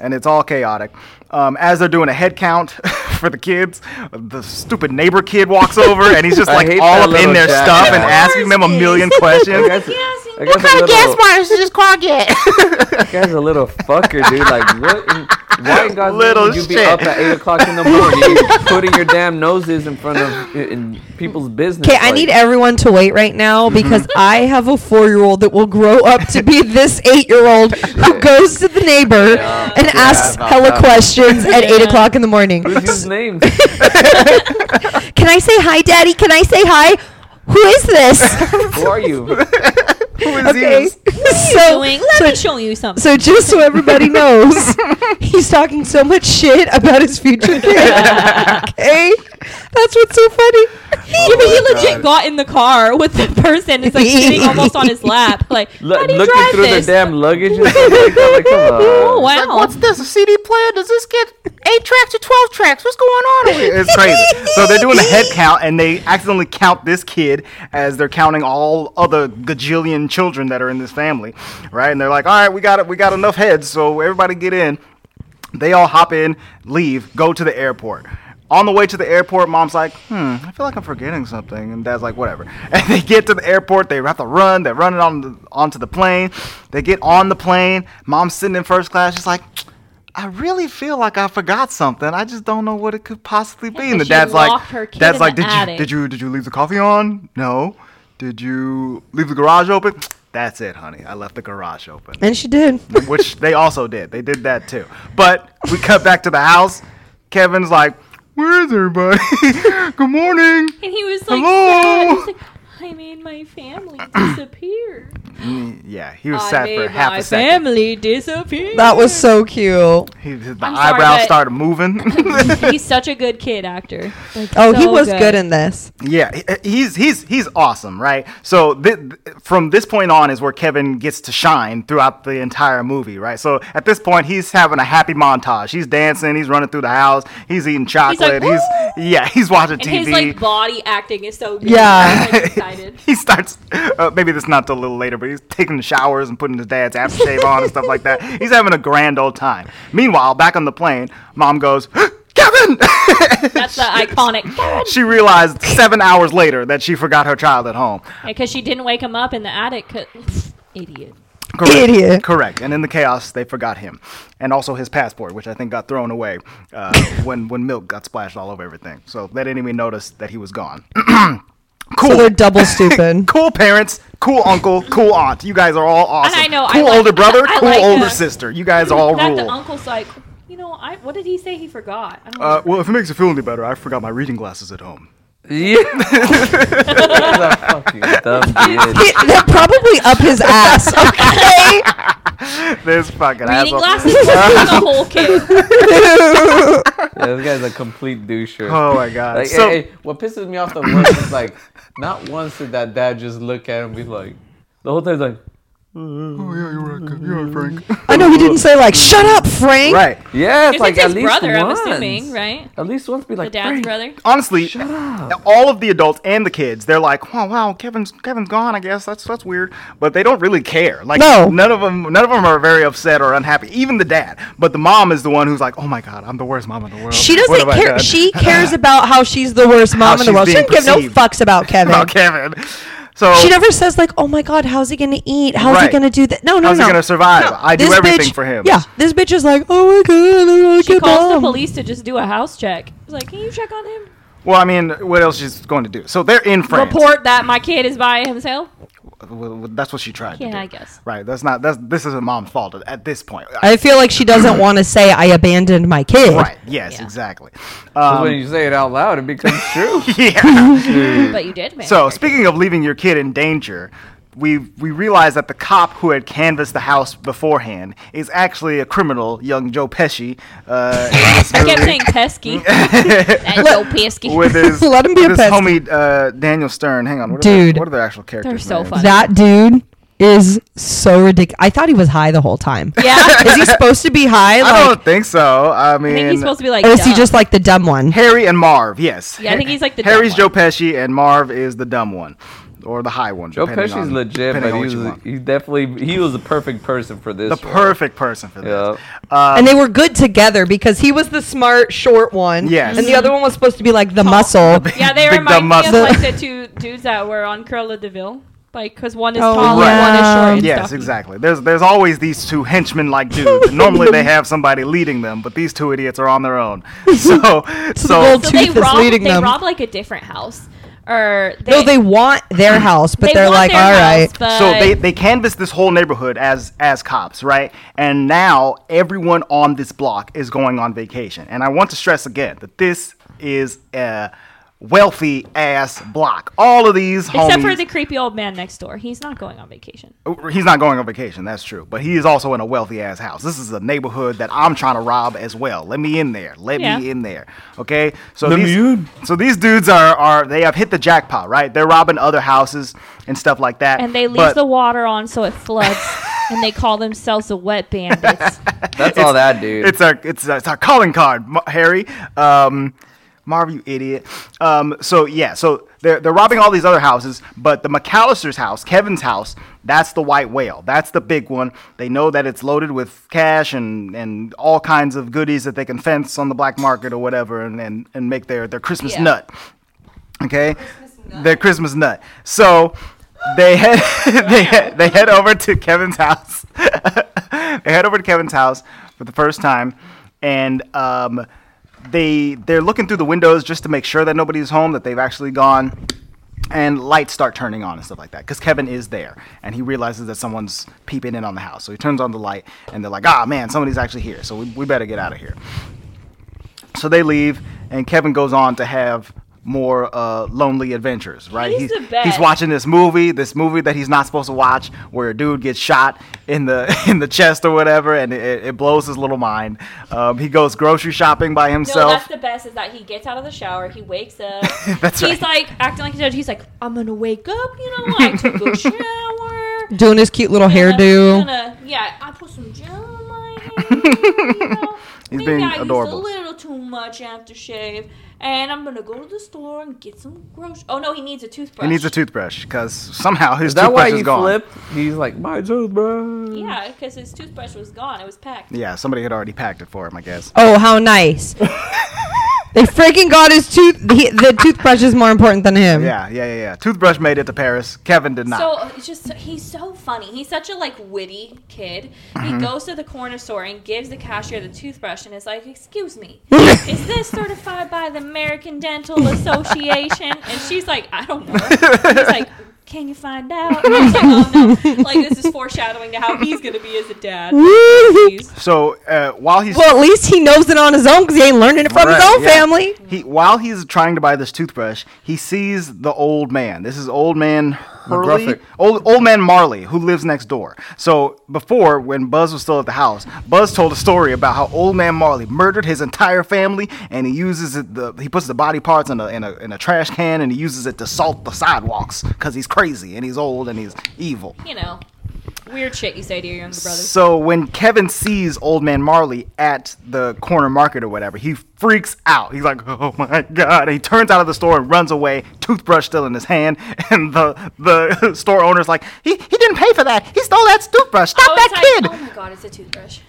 S6: And it's all chaotic. Um, as they're doing a head count for the kids, the stupid neighbor kid walks over and he's just
S1: I
S6: like
S1: hate
S6: all
S1: that
S6: up in
S1: little
S6: their
S1: jack
S6: stuff and
S1: guy.
S6: asking them a million questions.
S1: That guy's- that
S3: What
S1: guy's a little-
S4: marks just quiet.
S1: that guy's a little fucker, dude. Like, what? In, why in God's
S6: Little
S1: name would you be
S6: shit.
S1: up at eight o'clock in the morning, putting your damn noses in front of in people's business?
S4: Okay, I
S1: like- Mm-hmm.
S4: need everyone to wait right now because I have a four year old that will grow up to be this eight year old who goes to the neighbor and asks
S6: about
S4: hella
S6: that.
S4: questions at eight
S3: Yeah.
S4: o'clock in the morning.
S1: Who's his name?
S4: Can I say hi, Daddy? Can I say hi? Who is this?
S1: Who are you?
S6: Who is
S4: okay.
S6: these?
S4: So,
S3: Doing. Let
S4: so,
S3: me show you something.
S4: so just so everybody knows, he's talking so much shit about his future kid. okay? That's what's so funny.
S3: Yeah, but he legit got in the car with the person. It's like sitting almost on his lap. Like,
S1: Look,
S3: how do you
S1: looking
S3: drive
S1: through
S3: this?
S1: the damn luggage and stuff like that. Like, come
S3: Oh,
S1: on.
S3: wow.
S6: Like, what's this? A CD player? Does this get eight tracks or twelve tracks? What's going on over here? It's crazy. so they're doing a head count, and they accidentally count this kid as they're counting all other gajillion children that are in this family, right? And they're like, "All right, we got it. We got enough heads, so everybody get in." They all hop in, leave, go to the airport. On the way to the airport, mom's like, hmm, I feel like I'm forgetting something. And dad's like, whatever. And they get to the airport, they have to run, they're running on the, onto the plane. They get on the plane, mom's sitting in first class, she's like, I really feel like I forgot something. I just don't know what it could possibly be. And the
S3: but you
S6: dad's like,
S3: locked her kid
S6: dad's
S3: in
S6: like,
S3: the
S6: did you
S3: attic."
S6: did you did you leave the coffee on? No. Did you leave the garage open? That's it, honey. I left the garage open,
S4: And she did.
S6: which they also did. They did that too. But we cut back to the house. Kevin's like, where's everybody? Good morning.
S3: And he was like,
S6: Hello?
S3: sad. He was like, I made my family disappear.
S6: Yeah, he was
S3: I
S6: sad for
S3: made
S6: half
S3: my
S6: a second.
S3: family disappear.
S4: That was so cute. Oh,
S6: He, the
S3: I'm sorry,
S6: eyebrows
S3: but-
S6: started moving.
S3: He's such a good kid actor. Like,
S4: Oh, he
S3: so
S4: was good. in this.
S6: Yeah, he- he's he's he's awesome, right? So th- th- from this point on is where Kevin gets to shine throughout the entire movie, right? So at this point, he's having a happy montage. He's dancing, he's running through the house, he's eating chocolate, he's,
S3: "Woo!"
S6: yeah, he's watching
S3: And
S6: TV.
S3: his like body acting is so good.
S4: Yeah.
S3: I'm like, excited.
S6: he starts uh, maybe this not till a little later, but he's taking showers and putting his dad's aftershave on and stuff like that. He's having a grand old time. Meanwhile, back on the plane, mom goes, "Kevin!"
S3: That's the iconic dad.
S6: she realized seven hours later that she forgot her child at home.
S3: Because she didn't wake him up in the attic. 'cause- Idiot.
S6: Correct.
S4: Idiot.
S6: Correct. And in the chaos, they forgot him, and also his passport, which I think got thrown away uh, when when milk got splashed all over everything. So they didn't even notice that he was gone. cool.
S4: So they're double stupid.
S6: cool parents, cool uncle, cool aunt. You guys are all awesome.
S3: I know, I
S6: Cool
S3: like-
S6: older brother,
S3: I
S6: cool
S3: like
S6: older
S3: the-
S6: sister. You guys all
S3: that
S6: rule.
S3: the uncle's like, you know, I what did he say he forgot? I don't
S6: uh,
S3: know.
S6: well, if it makes you feel any better, I forgot my reading glasses at home.
S1: Yeah. the fucking dumb kid.
S4: He- they're probably up his ass. Okay.
S6: This fucking
S3: Reading
S6: asshole.
S3: glasses was the whole kid.
S1: Yeah, this guy's a complete doucher.
S6: Oh my god.
S1: Like,
S6: so
S1: hey, hey, what pisses me off the most is like, not once did that dad just look at him and be like, the whole time he's like,
S4: I know he didn't say like, "Shut up, Frank."
S6: right.
S1: yeah, it's
S3: It's
S1: like
S3: his
S1: at least
S3: brother,
S1: once.
S3: I'm assuming, right?
S1: At least once be like,
S3: The dad's
S1: "Frank,
S3: brother.
S6: honestly, all of the adults and the kids, they're like, "Wow, wow, Kevin's Kevin's gone. I guess that's that's weird." But they don't really care. Like,
S4: No.
S6: none of them, none of them are very upset or unhappy. Even the dad. But the mom is the one who's like, "Oh my god, I'm the worst mom in the world."
S4: She
S6: What
S4: doesn't
S6: have I
S4: care.
S6: done?"
S4: She cares about how she's the worst mom in the
S6: she's
S4: world. She
S6: being
S4: doesn't give no
S6: perceived.
S4: fucks about Kevin.
S6: about Kevin. So
S4: She never says like, "Oh my God, how's he gonna eat? How's
S6: Right.
S4: he gonna do that?" No, no,
S6: How's he
S4: no.
S6: gonna survive?
S4: No,
S6: I do
S4: this
S6: everything
S4: bitch-
S6: for him.
S4: Yeah, this bitch is like, "Oh my God, I'm not a
S3: She
S4: good
S3: calls the
S4: mom."
S3: police to just do a house check. He's like, can you check on him?
S6: Well, I mean, what else she's going to do? So they're in France.
S3: Report that my kid is by himself.
S6: Well, well, that's what she tried. to
S3: Yeah,
S6: do.
S3: I guess.
S6: Right. That's not. That's this isn't mom's fault at- at this point.
S4: I feel like she doesn't want to say, "I abandoned my kid."
S6: right. Yes.
S3: Yeah.
S6: Exactly.
S1: 'Cause
S6: Um,
S1: when you say it out loud, it becomes true.
S6: yeah.
S3: But you did, man.
S6: So speaking of leaving your kid in danger, we we realized that the cop who had canvassed the house beforehand is actually a criminal, young Joe Pesci, uh, in this
S3: I kept
S6: movie
S3: saying pesky. That's so pesky.
S6: with his
S4: Let him be a
S6: with his
S4: Pesci.
S6: homie uh, Daniel Stern. Hang on, what are
S4: Dude.
S6: their, what are their actual characters?
S3: so
S6: names?
S3: funny.
S4: That dude is so ridiculous. I thought he was high the whole time.
S3: yeah.
S4: Is he supposed to be high? Like,
S6: I don't think so. I
S3: I
S6: mean,
S3: think he's supposed to be like.
S4: or is he
S3: dumb.
S4: just like the dumb one?
S6: Harry and Marv. Yes.
S3: Yeah, I think he's like the dumb
S6: Harry's
S3: one.
S6: Joe Pesci and Marv is the dumb one, or the high one.
S1: Joe
S6: depending
S1: Pesci's
S6: on-
S1: legit,
S6: depending
S1: but
S6: on
S1: he was
S6: what you want.
S1: he definitely he was the perfect person for this.
S6: the
S1: role.
S6: perfect person for this. Uh,
S1: Yeah.
S4: and they were good together because he was the smart, short one.
S6: Yes.
S4: And the other one was supposed to be like the muscle.
S3: Yeah, they
S6: Big
S3: remind
S6: dumb
S3: me
S6: muscle.
S3: of like the two dudes that were on Cruella de Vil. Like, because one is
S4: Oh,
S3: tall and one is
S4: yeah.
S3: short. And
S6: Yes,
S3: stuffy.
S6: exactly. There's there's always these two henchmen like dudes. Normally they have somebody leading them, but these two idiots are on their own. So so
S4: gold
S3: So they
S4: Tooth is
S3: rob,
S4: leading
S3: they
S4: them.
S3: rob like a different house. Or they,
S4: No, they want their house, but
S3: they
S4: they are
S3: want
S4: like,
S3: their
S4: all
S3: house,
S4: right.
S3: but
S6: so they they canvassed this whole neighborhood as as cops, right? And now everyone on this block is going on vacation. And I want to stress again that this is a wealthy ass block. All of these
S3: except for
S6: homies- oh,
S3: the creepy old man next door. He's not going on vacation.
S6: He's not going on vacation, that's true. But he is also in a wealthy ass house. This is a neighborhood that I'm trying to rob as well. Let me in there. Let
S3: Yeah.
S6: me in there. Okay? So
S1: Let me
S6: these
S1: in.
S6: So these dudes are are they have hit the jackpot, right? They're robbing other houses and stuff like that.
S3: And they leave
S6: But
S3: the water on so it floods. and they call themselves the wet bandits.
S1: That's all that dude.
S6: it's our it's our, it's our calling card, Ma- Harry. Um Marv, you idiot. Um, so yeah, so they're they're robbing all these other houses, but the McAllister's house, Kevin's house, that's the white whale. That's the big one. They know that it's loaded with cash and and all kinds of goodies that they can fence on the black market or whatever, and and, and make their their Christmas
S3: Yeah.
S6: nut. Okay, their Christmas nut. So. They head, they head they head over to Kevin's house. they head over to Kevin's house for the first time, and um, they they're looking through the windows just to make sure that nobody's home, that they've actually gone, and lights start turning on and stuff like that because Kevin is there and he realizes that someone's peeping in on the house, so he turns on the light and they're like, ah man, somebody's actually here, so we, we better get out of here. So they leave, and Kevin goes on to have more uh, lonely adventures, right?
S3: He's the best.
S6: he's watching this movie, this movie that he's not supposed to watch, where a dude gets shot in the in the chest or whatever, and it, it blows his little mind. Um, he goes grocery shopping by
S3: No, that's
S6: himself.
S3: the best is that he gets out of the shower, he wakes up.
S6: That's
S3: he's
S6: right.
S3: like acting like a judge. He's like, I'm gonna wake up, you know, I took a shower.
S4: Doing his cute little
S3: and I'm
S4: hairdo.
S3: gonna- yeah, I put some gel on my hair. you know.
S6: He's
S3: Maybe
S6: being
S3: I
S6: adorable.
S3: used a little too much aftershave, and I'm gonna go to the store and get some groceries. Oh no, he needs a toothbrush.
S6: he needs a toothbrush because somehow his
S1: Is that why
S6: toothbrush is
S1: you
S6: gone.
S1: flipped? He's like, my toothbrush.
S3: Yeah, because his toothbrush was gone. It was packed.
S6: Yeah, somebody had already packed it for him, I guess.
S4: Oh, how nice. they freaking got his tooth. He, the toothbrush is more important than him.
S6: Yeah, yeah, yeah, yeah. Toothbrush made it to Paris. Kevin did not.
S3: So uh, it's just he's so funny. He's such a like witty kid.
S6: Mm-hmm.
S3: He goes to the corner store and gives the cashier the toothbrush and is like, "Excuse me, is this certified by the American Dental Association?" And she's like, "I don't know." He's like, "Can you find out?" And he's like, "Oh no!" Like this is foreshadowing to how he's gonna be as a dad.
S4: Woo!
S3: He's-
S6: So uh, while he's
S4: Well, at least he knows it on his own because he ain't learning it from
S6: Right,
S4: his own
S6: yeah.
S4: family.
S6: He while he's trying to buy this toothbrush, he sees the old man. This is old man Hurley,
S1: McGruffin.
S6: old old man Marley, who lives next door. So before, when Buzz was still at the house, Buzz told a story about how old man Marley murdered his entire family, and he uses it. The he puts the body parts in a in a, in a trash can, and he uses it to salt the sidewalks because he's crazy and he's old and he's evil.
S3: you know, weird shit you say to your younger brother.
S6: So when Kevin sees Old Man Marley at the corner market or whatever, he freaks out. He's like, "Oh my god!" And he turns out of the store and runs away, toothbrush still in his hand. And the the store owner's like, "He he didn't pay for that. He stole that toothbrush. Stop
S3: I was
S6: that kid!"
S3: like, "Oh my god, it's a toothbrush."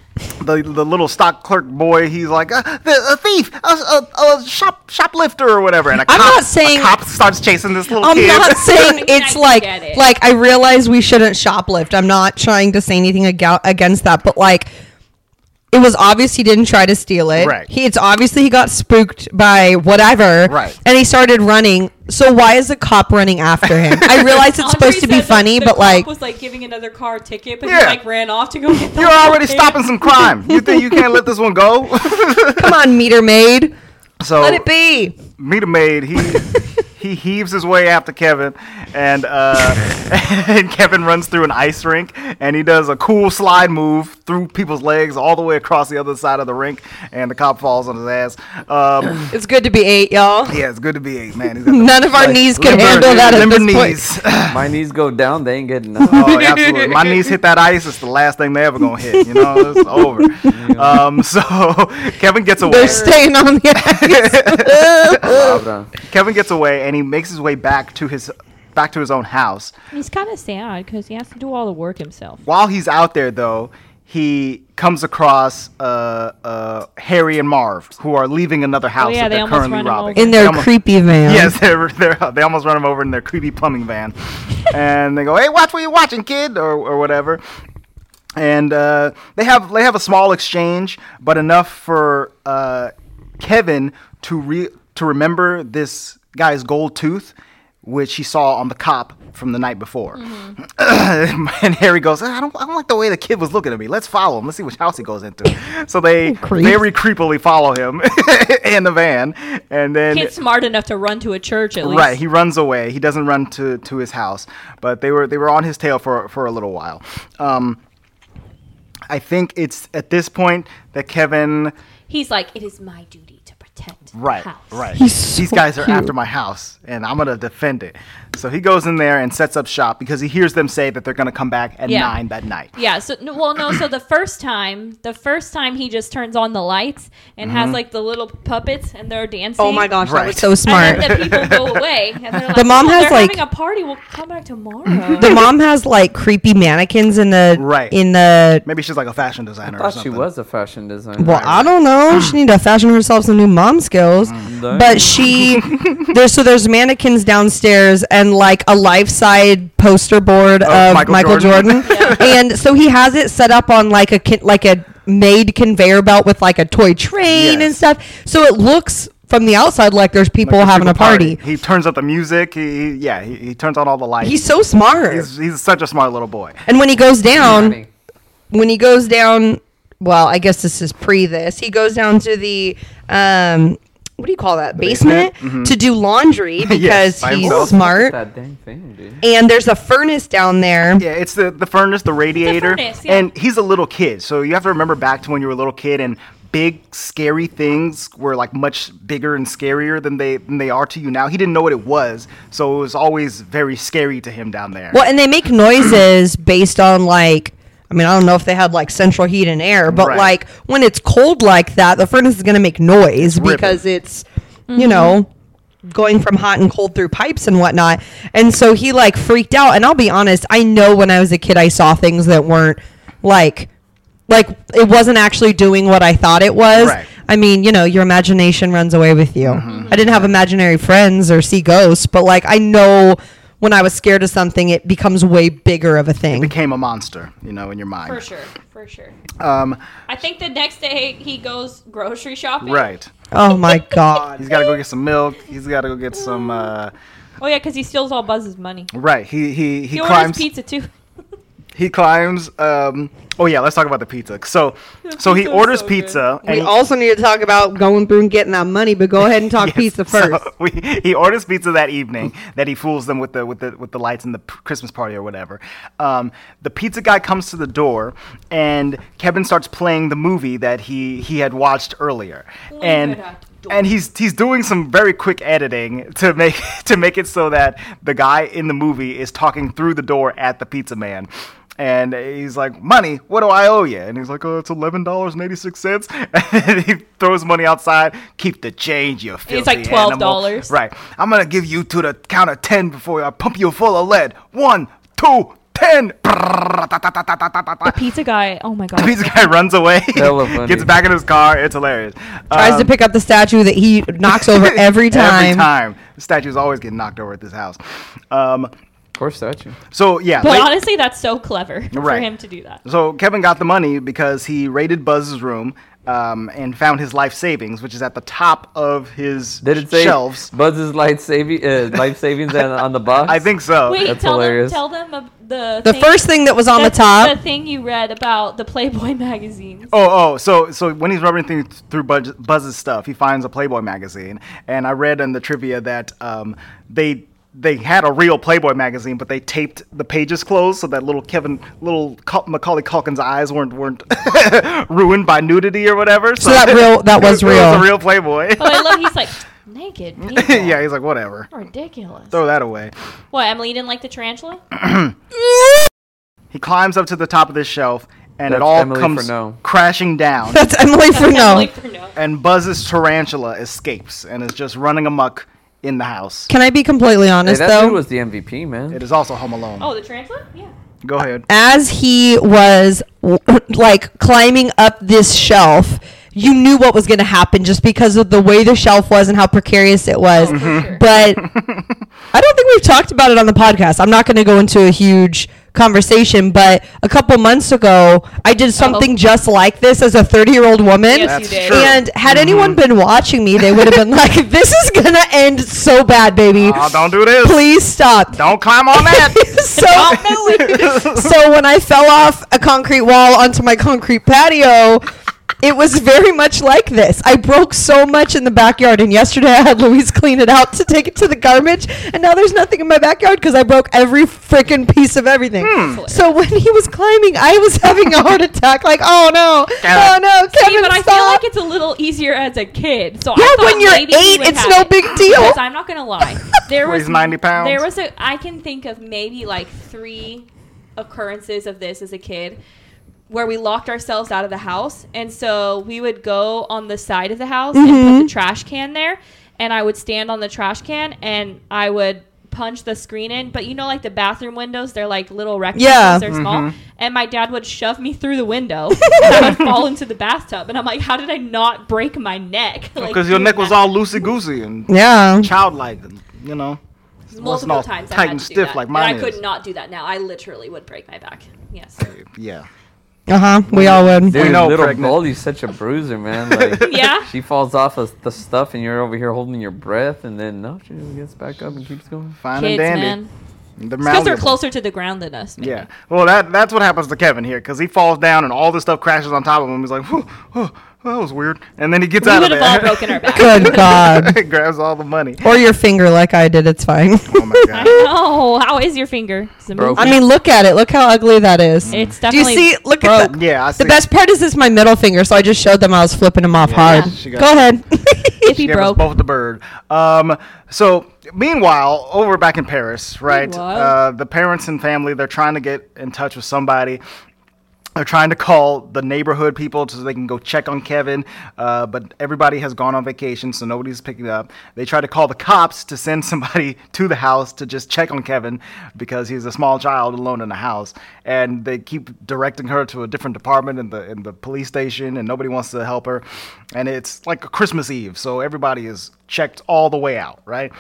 S6: the the little stock clerk boy, he's like a, the, a thief, a, a, a shop shoplifter or whatever. And a
S4: I'm
S6: cop,
S4: not saying-
S6: a cop starts chasing this little
S4: I'm
S6: kid.
S4: not saying
S3: I
S4: it's
S3: can
S4: like
S3: get it.
S4: like I realize we shouldn't shoplift. I'm not trying to say anything aga- against that, but like it was obvious he didn't try to steal it.
S6: Right.
S4: He, it's obviously he got spooked by whatever.
S6: Right.
S4: And he started running. So why is a cop running after him? I realize it's
S3: Andre
S4: supposed to be
S3: said that
S4: funny,
S3: the
S4: but
S3: cop
S4: like
S3: was like giving another car a ticket, but he
S6: Yeah.
S3: like ran off to go get. the
S6: You're already
S3: other kid.
S6: stopping some crime. You think you can't let this one go?
S4: come on, meter maid.
S6: so
S4: Let it be.
S6: meet a maid. He he heaves his way after Kevin, and uh, and Kevin runs through an ice rink, and he does a cool slide move through people's legs all the way across the other side of the rink, and the cop falls on his ass. Um,
S4: It's good to be eight, y'all.
S6: yeah, it's good to be eight, man. He's got the
S4: None of our knees could
S6: limber-
S4: handle that at
S6: limber
S4: this point.
S6: knees.
S1: My knees go down. They ain't getting up.
S6: Oh, yeah, absolutely. My knees hit that ice. It's the last thing they ever gonna hit. You know, it's over. Um, so Kevin gets away.
S4: They're staying on the ice.
S1: Cabra.
S6: Kevin gets away, and he makes his way back to his back to his own house.
S3: He's kind of sad because he has to do all the work himself.
S6: While he's out there, though, he comes across uh, uh, Harry and Marv, who are leaving another house
S3: Oh, yeah,
S6: that
S3: they
S6: they're
S3: almost
S6: currently
S3: run him
S6: robbing.
S3: over.
S4: In
S6: They
S4: their
S6: almost-
S4: creepy van.
S6: Yes, they're, they're, they almost run him over in their creepy plumbing van. and they go, hey, watch what you're watching, kid, or, or whatever. And uh, they have they have a small exchange, but enough for uh, Kevin to re- to remember this guy's gold tooth, which he saw on the cop from the night before. and Harry goes, I don't, I don't like the way the kid was looking at me. Let's follow him. Let's see which house he goes into. So they
S4: Creeps.
S6: very creepily follow him in the van, and then
S3: Kid's smart enough to run to a church at least.
S6: Right, he runs away. He doesn't run to, to his house, but they were they were on his tail for for a little while. Um, I think it's at this point that Kevin.
S3: He's like, it is my duty to protect
S6: Right,
S3: the house.
S6: right.
S4: He's
S6: These
S4: so
S6: guys are
S4: cute.
S6: after my house, and I'm gonna defend it. So he goes in there and sets up shop because he hears them say that they're gonna come back at
S3: Yeah.
S6: nine that night.
S3: Yeah. So no, well, no. So the first time, the first time he just turns on the lights and
S6: Mm-hmm.
S3: has like the little puppets and they're dancing.
S4: Oh my gosh, that was
S6: Right.
S4: so smart.
S3: And then the people go away. And they're like,
S4: The mom
S3: "Oh,
S4: has,
S3: they're
S4: like-
S3: having a party. We'll come back tomorrow.
S4: the mom has like creepy mannequins in the
S6: Right.
S4: in the
S6: Maybe she's like a fashion designer.
S1: I
S6: or
S1: thought she
S6: something.
S1: was a fashion designer.
S4: well i don't know she need to fashion herself some new mom skills
S6: Mm,
S4: but she there's so there's mannequins downstairs and like a life size poster board
S6: Of
S4: of
S6: Michael
S4: michael jordan,
S6: Jordan.
S4: and so he has it set up on like a ki- like a made conveyor belt with like a toy train and
S6: Yes.
S4: stuff. So it looks from the outside like there's people
S6: Like,
S4: having a
S6: freaking
S4: party.
S6: He turns up the music. He, he yeah, he, he turns on all the lights.
S4: He's so smart.
S6: he's, he's such a smart little boy.
S4: and when he goes down, when he goes down, well, I guess this is pre this. He goes down to the um what do you call that? Basement,
S6: basement? Mm-hmm.
S4: to do laundry because
S6: by
S4: he's
S6: himself.
S4: smart.
S1: That dang thing, dude.
S4: And there's a furnace down there.
S6: Yeah, it's the, the furnace, the radiator.
S3: furnace, yeah.
S6: And he's a little kid. So you have to remember back to when you were a little kid and big scary things were like much bigger and scarier than they than they are to you now. He didn't know what it was, so it was always very scary to him down there.
S4: Well, and they make noises based on like I mean, I don't know if they had like central heat and air, but
S6: Right.
S4: like when it's cold like that, the furnace is going to make noise
S6: ripping.
S4: because it's you know going from hot and cold through pipes and whatnot. And so he like freaked out. And I'll be honest, I know when I was a kid, I saw things that weren't like like it wasn't actually doing what I thought it was.
S6: Right.
S4: I mean, you know, your imagination runs away with you.
S1: Mm-hmm.
S4: I didn't have imaginary friends or see ghosts, but like I know when I was scared of something, it becomes way bigger of a thing.
S6: Became a monster, you know, in your mind.
S3: For sure, for sure.
S6: Um,
S3: I think the next day he goes grocery shopping.
S6: right.
S4: oh my god!
S6: He's got to go get some milk. He's got to go get some. Uh,
S3: Oh yeah, because he steals all Buzz's money.
S6: right. He he he,
S3: He orders
S6: climbs.
S3: pizza too.
S6: He climbs. Um, oh yeah, let's talk about the pizza. So so he
S3: pizza was
S6: orders
S3: so good.
S6: pizza
S4: We
S6: and
S4: also need to talk about going through and getting that money, but go ahead and talk
S6: So,
S4: pizza first.
S1: um,
S6: we, he orders pizza that evening that he fools them with the with the with the lights and the p- Christmas party or whatever. Um, the pizza guy comes to the door and Kevin starts playing the movie that he he had watched earlier. and
S3: it at the door.
S6: and he's he's doing some very quick editing to make to make it so that the guy in the movie is talking through the door at the pizza man. And he's like, "Money? What do I owe you?" And he's like, "Oh, it's eleven dollars and eighty-six cents." And he throws money outside. Keep the change, you filthy
S3: It's like
S6: animal."
S3: $12.
S6: Right. I'm gonna give you to the count of ten before I pump you full of lead. One, two, ten.
S3: The
S6: The
S3: pizza guy. Oh my god.
S6: pizza guy runs away.
S1: Hella funny.
S6: Gets back in his car. It's hilarious.
S4: Tries
S6: Um,
S4: to pick up the statue that he knocks over every time.
S6: Every time. The statues always get knocked over at this house. Um,
S1: Poor statue.
S6: so yeah.
S3: But
S6: late-
S3: honestly, that's so clever for
S6: Right.
S3: him to do that.
S6: so Kevin got the money because he raided Buzz's room. Um, and found his life savings, which is at the top of his
S1: Did it say
S6: shelves.
S1: Buzz's life saving uh, life savings and on the box?
S6: I think so.
S3: Wait,
S1: That's
S3: tell
S1: hilarious.
S3: them. Tell them of the
S4: The first thing that was on the
S3: that's
S4: top.
S3: The thing you read about the Playboy magazines.
S6: Oh, oh, so so when he's rubbing through, through Buzz, Buzz's stuff, he finds a Playboy magazine, and I read in the trivia that um, they they had a real Playboy magazine, but they taped the pages closed so that little Kevin, little Cul- Macaulay Culkin's eyes weren't weren't ruined by nudity or whatever. So,
S4: that real- that was
S6: It was
S4: real.
S6: a real Playboy.
S3: But I love. He's like naked. People.
S6: yeah, he's like whatever,
S3: Ridiculous.
S6: throw that away.
S3: What Emily didn't like the tarantula?
S6: He climbs up to the top of this shelf, and it
S1: That's
S6: all
S1: Emily
S6: comes
S1: Furneaux.
S6: crashing down.
S4: That's Emily
S3: Emily
S4: Furneaux.
S3: Furneaux.
S6: and Buzz's tarantula escapes and is just running amok in the house.
S4: Can I be completely
S1: Hey,
S4: honest
S1: that
S4: though?
S1: dude was the MVP, man.
S6: It is also Home Alone.
S3: Oh, the tarantula? Yeah.
S6: Go ahead.
S4: as he was like climbing up this shelf, you knew what was going to happen just because of the way the shelf was and how precarious it was.
S3: Oh,
S6: Mm-hmm.
S3: sure.
S4: But I don't think we've talked about it on the podcast. I'm not going to go into a huge conversation, but a couple months ago, I did something just like this as a 30 year old woman.
S3: Yes,
S6: That's
S3: you did.
S6: true.
S4: And had anyone been watching me, they would have been like, "This is gonna end so bad, baby.
S6: Oh, don't do this.
S4: Please stop."
S6: Don't climb on that.
S4: so, so when I fell off a concrete wall onto my concrete patio, it was very much like this. I broke so much in the backyard, and yesterday I had Louise clean it out to take it to the garbage, and now there's nothing in my backyard because I broke every freaking piece of everything.
S6: Mm.
S3: Hmm.
S4: So when he was climbing, I was having a heart attack. Like, oh no, oh
S6: Kevin.
S4: no, Kevin,
S3: See, but I feel
S4: stop."
S3: like it's a little easier as a kid. So
S4: Yeah,
S3: I thought
S4: when you're
S3: maybe he
S4: eight,
S3: would
S4: it's
S3: have
S4: no
S3: it.
S4: big deal.
S3: Because I'm not gonna lie, there was
S6: Weighs 90 pounds.
S3: There was a I can think of maybe like three occurrences of this as a kid where we locked ourselves out of the house, and so we would go on the side of the house and put
S4: Mm-hmm.
S3: the trash can there, and I would stand on the trash can and I would punch the screen in but you know like the bathroom windows they're like little rectangles
S4: Yeah.
S3: they're small
S4: Mm-hmm.
S3: and my dad would shove me through the window and I would fall into the bathtub and I'm like how did I not break my neck like
S6: Because your
S3: doing
S6: neck was
S3: that
S6: all loosey goosey and
S4: yeah.
S6: childlike, and, you know. wasn't
S3: multiple
S6: all
S3: times I
S6: tight
S3: had
S6: and
S3: to do
S6: stiff
S3: that.
S6: like
S3: and I
S6: mine
S3: could
S6: is.
S3: not do that now I literally would break my back yes
S6: Yeah.
S4: Uh huh. We all would.
S1: Dude,
S6: We know
S1: little
S6: pregnant.
S1: Baldy's such a bruiser, man. Like,
S3: Yeah.
S1: She falls off of the stuff, and you're over here holding your breath, and then no, she just gets back up and keeps going.
S6: Fine
S3: Kids,
S6: and dandy.
S3: man. Because
S6: They're
S3: they're
S6: malleable.
S3: closer to the ground than us. maybe.
S6: Yeah. Well, that that's what happens to Kevin here because he falls down and all this stuff crashes on top of him. He's like, whew, whew, that was weird. And then he gets
S3: We
S6: out of
S3: would
S6: there.
S3: have all broken our back.
S4: Good God.
S6: grabs all the money.
S4: Or your finger, like I did. It's fine.
S6: Oh my
S3: I
S6: god.
S3: know. Oh, How is your finger? Does it move?
S1: Broken.
S4: I mean, look at it. Look how ugly that is.
S3: It's
S4: Do you
S3: definitely
S4: see? Look at that.
S6: Yeah, I see.
S4: The best part is it's my middle finger, so I just showed them I was flipping them off hard.
S6: she got-
S4: Go ahead.
S3: If he
S6: She gave us
S3: broke.
S6: both the bird. Um, so meanwhile, over back in Paris, right?
S3: Meanwhile.
S6: Uh, the parents and family they're trying to get in touch with somebody. They're trying to call the neighborhood people so they can go check on Kevin, uh, but everybody has gone on vacation, so nobody's picking up. They try to call the cops to send somebody to the house to just check on Kevin because he's a small child alone in the house, and they keep directing her to a different department in the in the police station, and nobody wants to help her. And it's like Christmas Eve, so everybody is checked all the way out, right?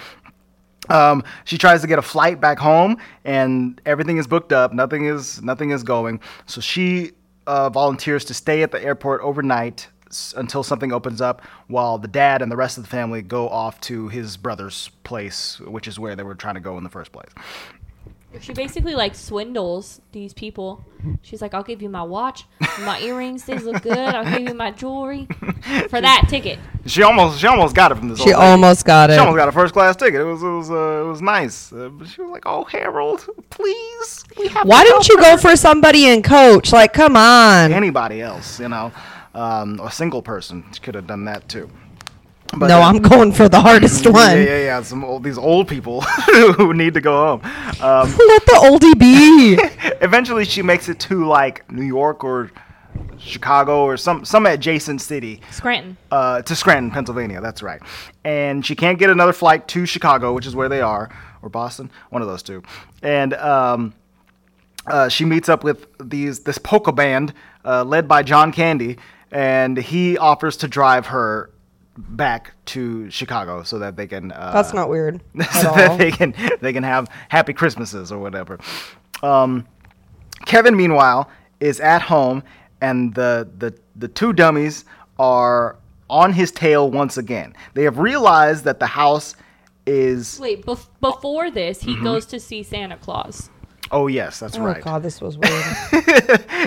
S6: Um, she tries to get a flight back home, and everything is booked up. Nothing is nothing is going. So she uh, volunteers to stay at the airport overnight s- until something opens up. While the dad and the rest of the family go off to his brother's place, which is where they were trying to go in the first place.
S3: She basically like swindles these people. She's like, "I'll give you my watch, my earrings. These look good. I'll give you my jewelry for that ticket."
S6: She almost she almost got it from this.
S4: she
S6: old lady.
S4: almost got
S6: She almost
S4: it.
S6: got a first class ticket. It was it was uh, it was nice. Uh, but she was like, "Oh Harold, please, we have
S4: Why
S6: to
S4: didn't
S6: help
S4: you
S6: her."
S4: go for somebody in coach? Like, come on.
S6: anybody else, you know, um, a single person could have done that too. But,
S4: No,
S6: uh,
S4: I'm going for the hardest
S6: Yeah,
S4: one.
S6: yeah, yeah. Some old, these old people who need to go home. Um,
S4: Let the oldie be.
S6: eventually, she makes it to like New York or Chicago or some some adjacent city
S3: Scranton.
S6: uh, to Scranton, Pennsylvania. That's right. And she can't get another flight to Chicago, which is where they are, or Boston, one of those two. And um, uh, she meets up with these this polka band uh, led by John Candy, and he offers to drive her back to Chicago so that they can. Uh,
S4: That's not weird at
S6: so that
S4: all.
S6: they can they can have happy Christmases or whatever. Um, Kevin, meanwhile, is at home, and the the the two dummies are on his tail once again. They have realized that the house is.
S3: Wait, bef- before this, he goes to see Santa Claus.
S6: Oh yes, that's
S4: Oh
S6: right.
S4: God, this was weird.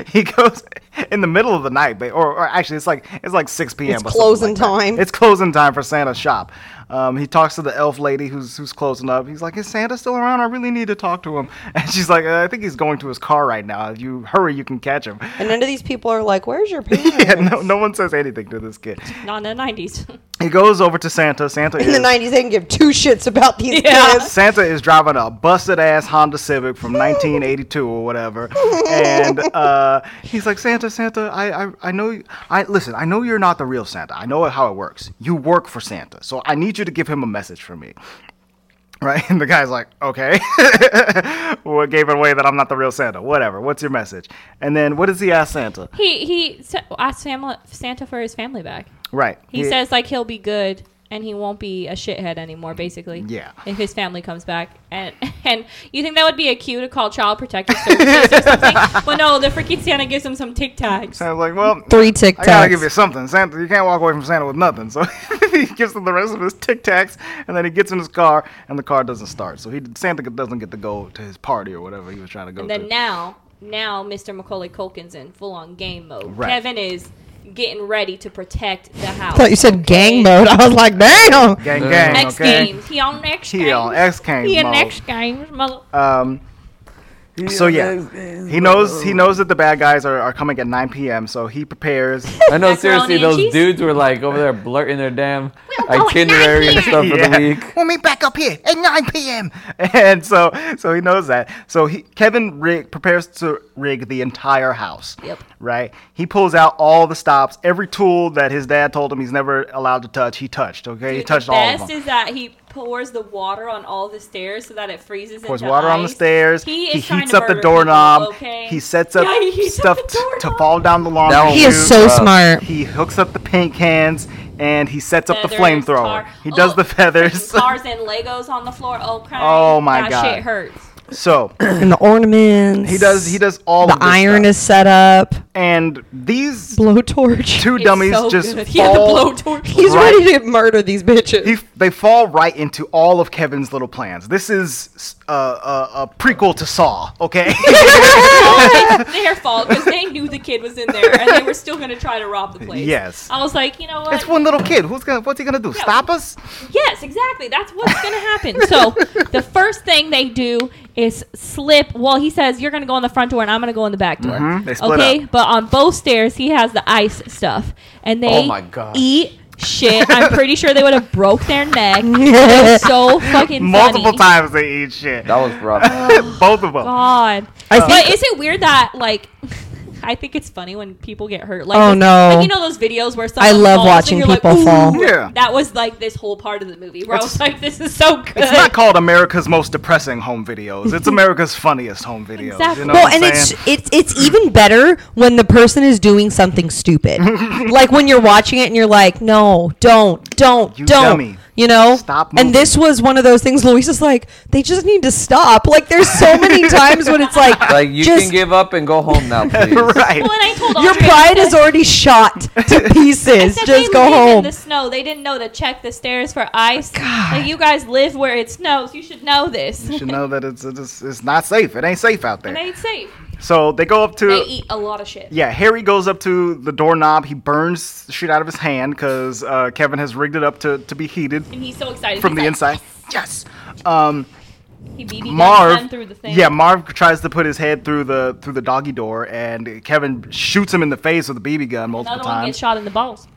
S6: he goes in the middle of the night, ba- or, or actually, it's like it's like six p.m.
S4: It's
S6: or something
S4: closing
S6: like that.
S4: time.
S6: It's closing time for Santa's shop. Um, he talks to the elf lady who's who's closing up. He's like, "Is Santa still around? I really need to talk to him." And she's like, uh, "I think he's going to his car right now. If you hurry, you can catch him."
S4: and none of these people are like, "Where's your parents?"
S6: Yeah, no, no one says anything to this kid.
S3: Not in the nineties.
S6: He goes over to Santa. Santa
S4: In the
S6: is,
S4: '90s, they didn't give two shits about these
S3: Yeah.
S4: kids.
S6: Santa is driving a busted ass Honda Civic from 1982 or whatever, and uh, he's like, "Santa, Santa, I, I, I know, you, I listen. I know you're not the real Santa. I know how it works. You work for Santa, so I need you to give him a message for me." Right? And the guy's like, okay. what gave it away that I'm not the real Santa? Whatever. What's your message? And then what does he ask Santa?
S3: he he sa- asked Sam- Santa for his family back.
S6: Right.
S3: He says like he'll be good and he won't be a shithead anymore. Basically,
S6: Yeah.
S3: If his family comes back, and and you think that would be a cue to call child protective services or something? But no, the freaking Santa gives him some Tic Tacs.
S6: Santa's like, well,
S4: Three
S6: I gotta give
S4: tic-tacs.
S6: you something. Santa, you can't walk away from Santa with nothing. So he gives him the rest of his Tic Tacs, and then he gets in his car, and the car doesn't start. So he Santa doesn't get to go to his party or whatever he was trying to go
S3: And
S6: to.
S3: then now, now Mr. Macaulay Culkin's in full on game mode.
S6: Right.
S3: Kevin is getting ready to protect the house.
S4: I thought you said gang mode. I was like, damn.
S6: gang,
S1: Yeah.
S6: gang,
S3: X
S6: okay.
S3: Games. He on X Games.
S6: He on X Games
S3: He in
S6: mode.
S3: X Games. Mother-
S6: Um, so yeah, he knows he knows that the bad guys are, are coming at 9 p.m. So he prepares.
S1: I know, seriously,
S3: Macaroni and
S1: those
S3: cheese?
S1: dudes were like over there blurting their damn
S3: go at
S1: itinerary and
S3: 9
S1: stuff for
S6: Yeah.
S1: the week.
S6: We'll meet back up here at 9 p.m. And so, so he knows that. So he, Kevin rig, prepares to rig the entire house.
S3: Yep.
S6: Right. He pulls out all the stops, every tool that his dad told him he's never allowed to touch. He touched. Okay. he
S3: Dude,
S6: touched
S3: the
S6: all
S3: best
S6: of them.
S3: is that he pours the water on all the stairs so that it freezes.
S6: Pours
S3: into
S6: water on the
S3: ice.
S6: stairs.
S3: He, is trying
S6: heats
S3: to
S6: up the
S3: murder people,
S6: doorknob.
S3: okay?
S6: He sets up
S3: Yeah, he heats
S6: stuff
S3: up the
S6: t- to
S3: doorknob.
S6: fall down the
S1: That
S6: lawn.
S1: one
S4: He is
S1: Dude,
S4: so
S1: uh,
S4: smart.
S6: He hooks up the paint cans and he sets up the
S3: Feathers,
S6: flamethrower.
S3: tar-
S6: He does
S3: Oh,
S6: the feathers.
S3: freaking Cars and Legos on the floor. Oh crap!
S6: Oh, my
S3: that
S6: God.
S3: shit hurts.
S6: So
S4: and the ornaments.
S6: he does he does all
S4: the
S6: of this
S4: iron
S6: stuff.
S4: is set up.
S6: and these
S4: Blowtorch.
S6: two
S3: It's
S6: dummies
S3: so
S6: just
S3: good. He had the
S6: fall.
S3: blowtorch.
S4: He's
S6: Right.
S4: ready to murder these bitches.
S6: He, they fall right into all of Kevin's little plans. This is uh, uh, a prequel to Saw, okay?
S3: it's their fault because they knew the kid was in there and they were still going to try to rob the place.
S6: Yes.
S3: I was like, you know what?
S6: it's one little kid. Who's gonna? What's he gonna do? Stop us?
S3: Yes, exactly. That's what's going to happen. So the first thing they do is slip. Well, he says, you're going to go in the front door and I'm going to go in the back door.
S6: Mm-hmm. They split
S3: okay.
S6: up.
S3: But on both stairs, he has the ice stuff. And they
S1: Oh my God.
S3: eat shit. I'm pretty sure they would have broke their neck. It was so fucking
S6: Multiple
S3: funny.
S6: times they eat shit.
S1: That was rough.
S6: Both of them.
S3: God.
S4: I
S3: But
S4: think-
S3: is it weird that like I think it's funny when people get hurt. Like
S4: Oh,
S3: those-
S4: no.
S3: like, you know those videos where someone
S4: I love
S3: falls
S4: watching
S3: and you're
S4: people
S3: like, "Ooh."
S4: fall.
S6: Yeah.
S3: That was like this whole part of the movie where
S6: It's-
S3: I was like, this is so good.
S6: It's not called America's most depressing home videos. It's America's funniest home videos.
S3: Exactly.
S6: You know
S4: well,
S6: what I'm
S4: and
S6: saying?
S4: it's it's it's even better when the person is doing something stupid. like when you're watching it and you're like, "No, don't, don't,
S6: You
S4: don't."
S6: dummy.
S4: You know?
S6: Stop moving.
S4: And this was one of those things Luisa's like, "They just need to stop." Like there's so many times when it's like
S1: Like you
S4: just
S1: can give up and go home now, please.
S6: right.
S3: well, and I told
S4: your
S3: Audrey, I
S4: pride
S3: said-
S4: is already shot to
S3: I
S4: pieces.
S3: said they
S4: Just go
S3: live In
S4: home.
S3: the snow. They didn't know to check the stairs for ice. Like you guys live where it snows. You should know this.
S6: You should know that it's, it's it's not safe. It ain't safe out
S3: and
S6: there.
S3: they safe.
S6: So they go up to
S3: They eat a lot of shit.
S6: Yeah, Harry goes up to the doorknob. He burns the shit out of his hand because uh, Kevin has rigged it up to, to be heated
S3: And he's so excited
S6: from
S3: He's
S6: the
S3: like,
S6: inside. Yes. Um,
S3: He beat he
S6: Marv.
S3: through the thing.
S6: Yeah, Marv tries to put his head through the through the doggy door, and Kevin shoots him in the face with a BB gun multiple
S3: Another one gets
S6: times.
S3: shot in the balls.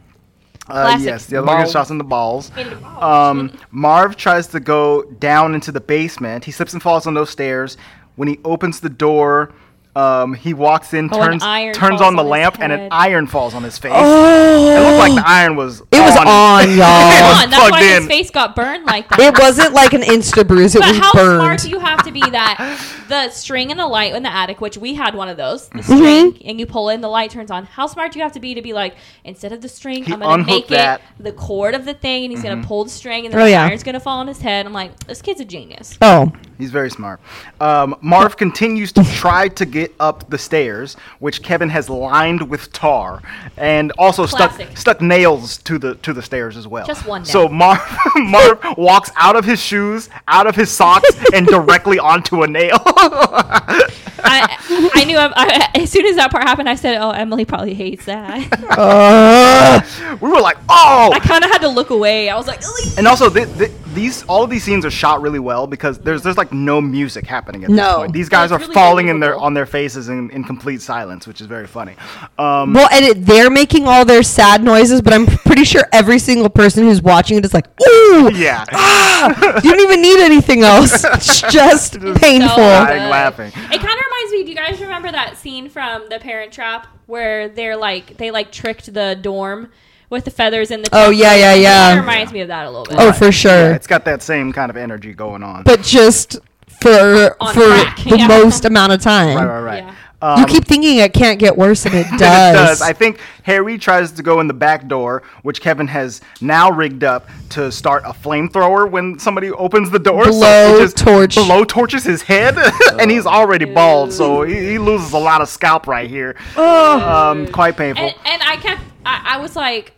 S6: Uh,
S3: classic.
S6: yes, the other one gets
S1: Balls.
S6: shots in the balls.
S3: In the balls.
S6: Um, Marv tries to go down into the basement. He slips and falls on those stairs. When he opens the door, um, he walks in,
S3: Oh, an
S6: turns
S3: iron
S6: turns
S3: falls
S6: on the
S3: on his
S6: lamp, and an
S3: head.
S6: iron falls on his face. It
S4: Oh,
S6: looked like the iron was.
S4: it was on,
S3: Come
S4: y'all.
S3: Mm. on, that's
S6: plugged
S3: why
S6: in.
S3: his face got burned like that.
S4: It wasn't like an insta bruise. It
S3: But
S4: was
S3: how
S4: burned.
S3: smart do you have to be that the string and the light in the attic, which we had one of those, the
S4: Mm-hmm.
S3: string, and you pull in, the light turns on. How smart do you have to be to be like, instead of the string,
S6: He
S3: I'm gonna make
S6: unhooked that. Mm-hmm.
S3: it the cord of the thing, and he's gonna pull the string, and then
S4: Oh,
S3: the
S4: yeah.
S3: iron's gonna fall on his head. I'm like, this kid's a genius.
S4: oh.
S6: He's very smart. Um, Marv continues to try to get up the stairs, which Kevin has lined with tar, and also stuck
S3: Classic.
S6: stuck nails to the to the stairs as well.
S3: Just one nail.
S6: So Marv Marv walks out of his shoes, out of his socks, and directly onto a nail.
S3: I, I knew I, I, as soon as that part happened, I said, oh, Emily probably hates that.
S4: Uh,
S6: we were like, oh!
S3: I kind of had to look away. I was like, "Ugh."
S6: And also, th- th- these all of these scenes are shot really well because there's there's like no music happening at this
S4: No.
S6: point. These
S3: it's
S6: guys are
S3: really
S6: falling in their
S3: believable.
S6: on their faces in, in complete silence, which is very funny. Um,
S4: well, and it, they're making all their sad noises, but I'm pretty sure every single person who's watching it is like, "Ooh,
S6: yeah,
S3: Ah!
S4: you don't even need anything else. It's just painful."
S3: So
S6: dying
S3: good.
S6: laughing.
S3: It kind of reminds me. Do you guys remember that scene from The Parent Trap where they're like they like tricked the dorm with the feathers in the?
S4: Oh, yeah, yeah,
S3: It
S4: yeah.
S3: reminds me of that a little bit.
S4: oh, for sure.
S6: Yeah, it's got that same kind of energy going on.
S4: but just for
S3: On
S4: for
S3: crack,
S4: the
S3: yeah.
S4: most amount of time.
S6: right, right, right.
S3: Yeah.
S6: Um,
S4: you keep thinking it can't get worse, and it
S6: it
S4: does.
S6: does. I think Harry tries to go in the back door, which Kevin has now rigged up to start a flamethrower when somebody opens the door.
S4: Blow
S6: he just
S4: torch.
S6: Blow torches his head, and
S3: Oh,
S6: he's already bald, so he, he loses a lot of scalp right here. Um, quite painful.
S3: And, and I kept. I, I was like,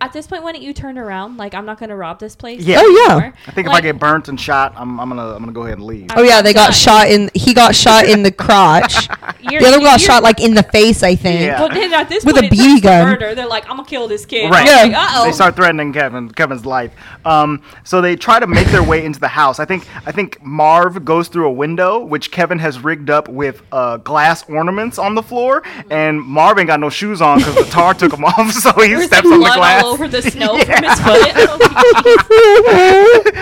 S3: at this point, why don't you turn around? Like, I'm not gonna rob this place.
S6: Yeah.
S4: oh yeah.
S3: anymore.
S6: I think if I
S3: Like,
S6: get burnt and shot, I'm, I'm gonna I'm gonna go ahead and leave.
S4: Oh yeah, they got
S3: Done.
S4: shot in. He got shot in the crotch.
S3: you're-
S4: the other one got
S3: you're-
S4: shot like in the face, I think.
S6: Yeah.
S3: Well, then at this
S4: With a
S3: point, it's
S4: BB
S3: just
S4: gun.
S3: Murder. They're like, I'm gonna kill this kid.
S6: Right.
S4: Yeah.
S3: Like, Uh
S6: They
S3: oh.
S6: start threatening Kevin, Kevin's life. Um, so they try to make their way into the house. I think I think Marv goes through a window, which Kevin has rigged up with uh, glass ornaments on the floor, and Marv ain't got no shoes on because the tar took him off, so he
S3: There's like
S6: steps on the
S3: blood
S6: glass.
S3: all over the snow from his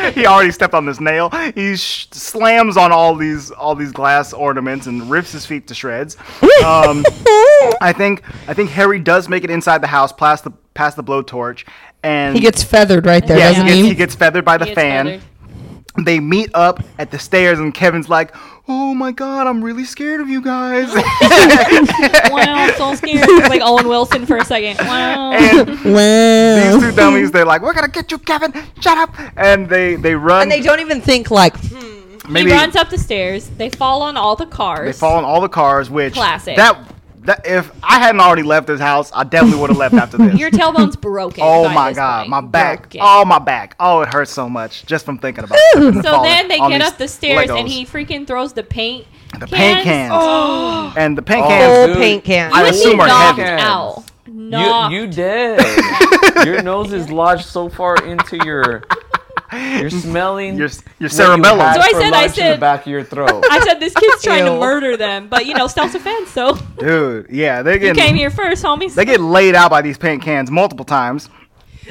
S3: foot.
S6: he already stepped on this nail. He sh- slams on all these all these glass ornaments and rips his feet to shreds. Um, I think I think Harry does make it inside the house, past the past the blowtorch, and
S4: He gets feathered right there,
S6: yeah, he
S4: doesn't
S6: gets,
S4: he?
S6: he gets feathered by the
S3: He gets
S6: fan.
S3: feathered.
S6: They meet up at the stairs, and Kevin's like, "Oh my god, I'm really scared of you guys."
S3: wow, so scared. It's like Owen Wilson for a second. Wow.
S6: and
S4: wow.
S6: these two dummies, they're like, "We're gonna get you, Kevin! Shut up!" And they they run.
S4: and they don't even think like, hmm,
S6: Maybe-
S3: he runs up the stairs. They fall on all the cars.
S6: They fall in all the cars, which
S3: Classic.
S6: That that if I hadn't already left this house, I definitely would have left after this.
S3: Your tailbone's broken.
S6: oh
S3: by
S6: my
S3: this
S6: god,
S3: point.
S6: my back!
S3: Broken.
S6: Oh my back! Oh, it hurts so much just from thinking about it.
S3: so
S6: Falling
S3: then they
S6: on
S3: get
S6: these
S3: up the stairs and
S6: Legos.
S3: he freaking throws the paint.
S6: the paint cans
S3: Oh,
S6: and the paint
S1: Oh,
S6: cans.
S4: Full
S1: dude.
S4: paint can.
S3: I
S6: I assume are
S3: knocked
S6: heavy.
S3: out.
S1: You,
S3: Knocked.
S1: you did. your nose is lodged so far into your. You're smelling
S6: Your- your
S1: what you
S6: cerebellum.
S1: had
S3: So I
S1: for
S3: said- I
S1: lunch in the
S3: said-
S1: back of your throat.
S3: I said this kid's trying to
S4: Ew.
S3: murder them, but you know, self-defense. So
S6: Dude, yeah, they
S3: you
S6: get
S3: came here first, homies.
S6: they get laid out by these paint cans multiple times.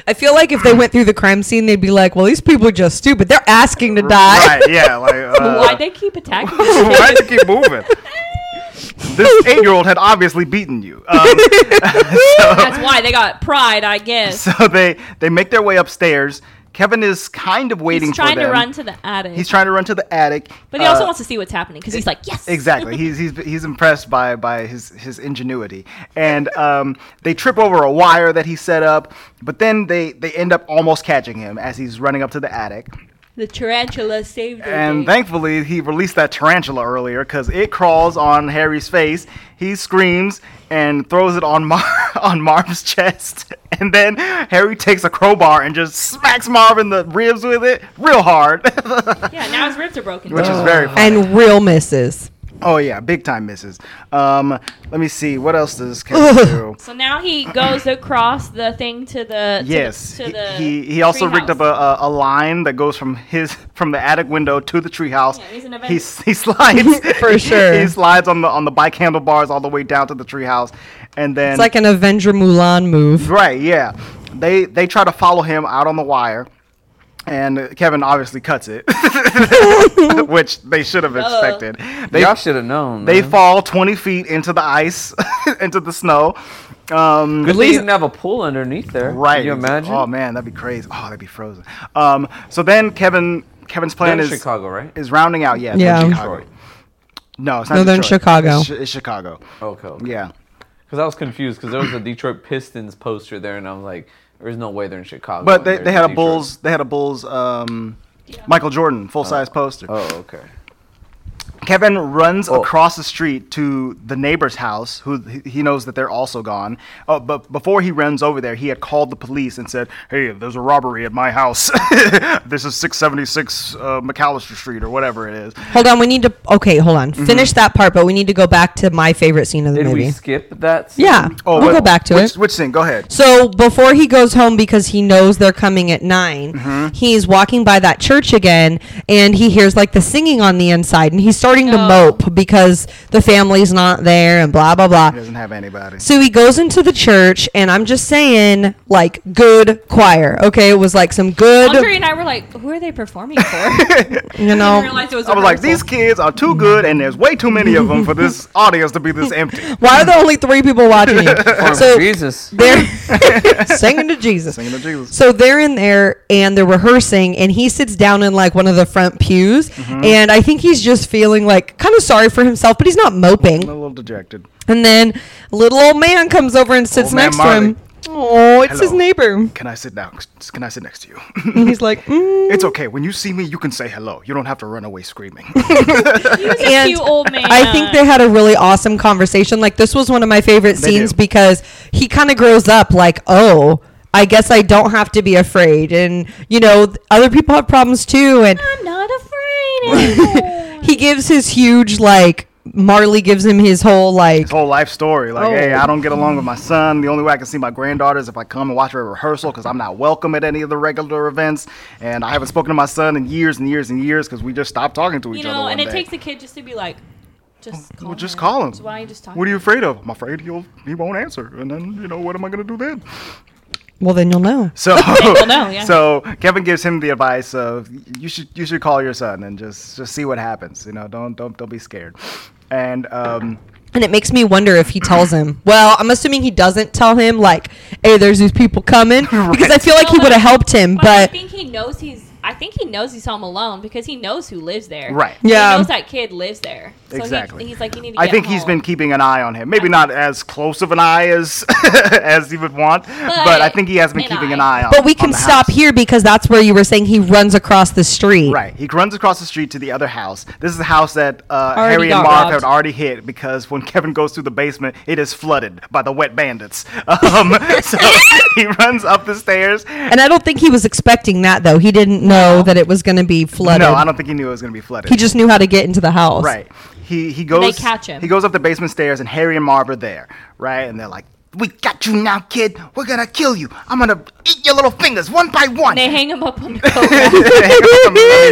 S4: I feel like if they went through the crime scene, they'd be like, "Well, these people are just stupid. They're asking to die."
S6: Right? Yeah, like uh,
S3: Why'd they keep attacking? me?
S6: Why do you keep moving? This eight-year-old had obviously beaten you. Um,
S3: That's why they got pride, I guess.
S6: so they they make their way upstairs. Kevin is kind of waiting
S3: He's trying
S6: for them.
S3: to run to the attic,
S6: He's trying to run to the attic,
S3: but he also
S6: uh, e
S3: wants to see what's happening because he's like, yes,
S6: Exactly. He's he's he's impressed by by his his ingenuity, and um, they trip over a wire that he set up. But then they they end up almost catching him as he's running up to the attic.
S3: The tarantula saved the
S6: And
S3: day.
S6: thankfully, he released that tarantula earlier because it crawls on Harry's face. He screams and throws it on Mar- on Marv's chest, and then Harry takes a crowbar and just smacks Marv in the ribs with it real hard,
S3: yeah, now his ribs are broken.
S6: which is very funny.
S4: And real misses.
S6: Oh yeah, big time misses. Um, let me see what else does Kevin do.
S3: so now he goes across the thing to the to the-
S6: Yes,
S3: to
S6: he-
S3: the
S6: he he also
S3: treehouse.
S6: rigged up a, a, a line that goes from his from the attic window to the treehouse.
S3: Yeah, he's an
S6: he
S3: Avenger.
S6: s- he slides
S4: For sure.
S6: He slides on the on the bike handlebars all the way down to the treehouse, and then
S4: It's like an Avenger Mulan move.
S6: right, yeah. They they try to follow him out on the wire, and Kevin obviously cuts it, which they should have expected. They
S1: Y'all should have known.
S6: they
S1: man.
S6: fall twenty feet into the ice, into the snow. Um,
S1: Good thing you didn't have a pool underneath there.
S6: Right.
S1: Can you
S6: exa-
S1: imagine?
S6: Oh man, that'd be crazy. Oh, that'd be frozen. Um, so then Kevin Kevin's plan
S1: They're in
S6: is
S1: Chicago, right?
S6: is rounding out. Yeah. they're in
S4: Yeah.
S6: Chicago.
S1: Detroit.
S6: No, it's not.
S4: No, they're in
S6: Detroit.
S4: Chicago.
S6: It's, Chi- it's Chicago.
S1: Okay. okay.
S6: Yeah.
S1: Because I was confused because there was a Detroit Pistons poster there, and I was like, "There's no way they're in Chicago."
S6: But
S1: and
S6: they,
S1: they're
S6: they
S1: in
S6: had a
S1: Detroit.
S6: Bulls. They had a Bulls. Um, Michael Jordan full size poster.
S1: Oh, okay.
S6: Kevin runs
S1: Oh.
S6: across the street to the neighbor's house, who he- he knows that they're also gone. Oh, but before he runs over there, he had called the police and said, "Hey, there's a robbery at my house. this is 676 uh, McAllister Street or whatever it is."
S4: Hold on, we need to. Okay, hold
S6: Mm-hmm.
S4: on. Finish that part, but we need to go back to my favorite scene of the
S1: Did
S4: movie.
S1: we skip that? scene?
S4: yeah,
S6: Oh,
S4: we'll
S6: what-
S4: go back to
S6: which,
S4: it.
S6: Which thing? Go ahead.
S4: So before he goes home because he knows they're coming at 9
S6: Mm-hmm.
S4: he's walking by that church again and he hears like the singing on the inside and he's starting to
S3: Oh.
S4: mope because the family's not there and blah blah blah.
S6: He doesn't have anybody.
S4: So he goes into the church and I'm just saying like good choir. Okay, it was like some
S3: Andre
S4: good,
S3: and I were like, who are they performing for? I
S4: you
S3: didn't
S4: know.
S3: realize it was.
S6: I was like, these kids are too good, and there's way too many of them for this audience to be this empty.
S4: Why are there only three people watching
S1: Oh,
S4: it? So
S1: Jesus.
S4: they're singing to Jesus.
S6: Singing to Jesus.
S4: So they're in there and they're rehearsing, and he sits down in like one of the front pews,
S6: Mm-hmm.
S4: and I think he's just feeling like kind of sorry for himself, but he's not
S6: I'm a
S4: moping.
S6: little dejected.
S4: And then little old man comes over and sits
S6: Old man
S4: next to him. Oh, it's his
S6: Hello.
S4: neighbor.
S6: Can I sit down? Can I sit next to you?
S4: And he's like, mm.
S6: it's okay. When you see me, you can say hello. You don't have to run away screaming.
S3: He's a
S4: and
S3: cute old man.
S4: I think they had a really awesome conversation. Like this was one of my favorite
S6: They
S4: scenes
S6: do.
S4: because he kind of grows up like, oh, I guess I don't have to be afraid, and you know, th- other people have problems too, and
S3: I'm not afraid anymore.
S4: he gives his huge like Marley gives him his whole like
S6: His whole life story. Like,
S4: Oh.
S6: hey, I don't get along with my son. The only way I can see my granddaughter is if I come and watch her at rehearsal because I'm not welcome at any of the regular events. And I haven't spoken to my son in years and years and years because we just stopped talking to each
S3: you
S6: other.
S3: know,
S6: one
S3: and it
S6: day.
S3: takes a kid just to be like, just call
S6: Well, just
S3: him.
S6: call him.
S3: So Why don't you just talk?
S6: What are
S3: to
S6: you
S3: him?
S6: afraid of? I'm afraid he'll he won't answer, and then you know what am I gonna do then?
S4: well then you'll know.
S6: So
S3: know, yeah.
S6: so Kevin gives him the advice of you should you should call your son and just just see what happens. You know, don't don't don't be scared. And um,
S4: And it makes me wonder if he tells him. Well, I'm assuming he doesn't tell him like, hey, there's these people coming because I feel like
S3: No,
S4: he
S3: but
S4: would
S3: I-
S4: have helped him,
S3: But I
S4: but
S3: think he knows he's. I think he knows he's home alone because he knows who lives there.
S6: Right.
S4: Yeah.
S3: He knows that kid lives there. So he-
S6: Exactly.
S3: he's like, you need to
S6: I
S3: get
S6: think he's
S3: home."
S6: been keeping an eye on him. Maybe not as close of an eye as as he would want, but, I think he has been
S3: an
S6: keeping
S3: eye.
S6: an eye on.
S4: But we
S6: on
S4: can
S6: the
S4: stop
S6: house.
S4: here because that's where you were saying he runs across the street.
S6: Right. He runs across the street to the other house. This is the house that uh,
S4: Already
S6: Harry
S4: got
S6: and Marv
S4: robbed.
S6: had already hit because when Kevin goes through the basement, it is flooded by the wet bandits. Um, so he runs up the stairs.
S4: And I don't think he was expecting that though. He didn't know that it was going to be flooded.
S6: No, I don't think he knew it was going to be flooded.
S4: He just knew how to get into the house.
S6: Right. He he goes.
S3: catch him.
S6: He goes up the basement stairs, and Harry and Marv are there, right? And they're like, "We got you now, kid. We're gonna kill you. I'm gonna eat your little fingers one by one."
S3: And they hang him up on the coat.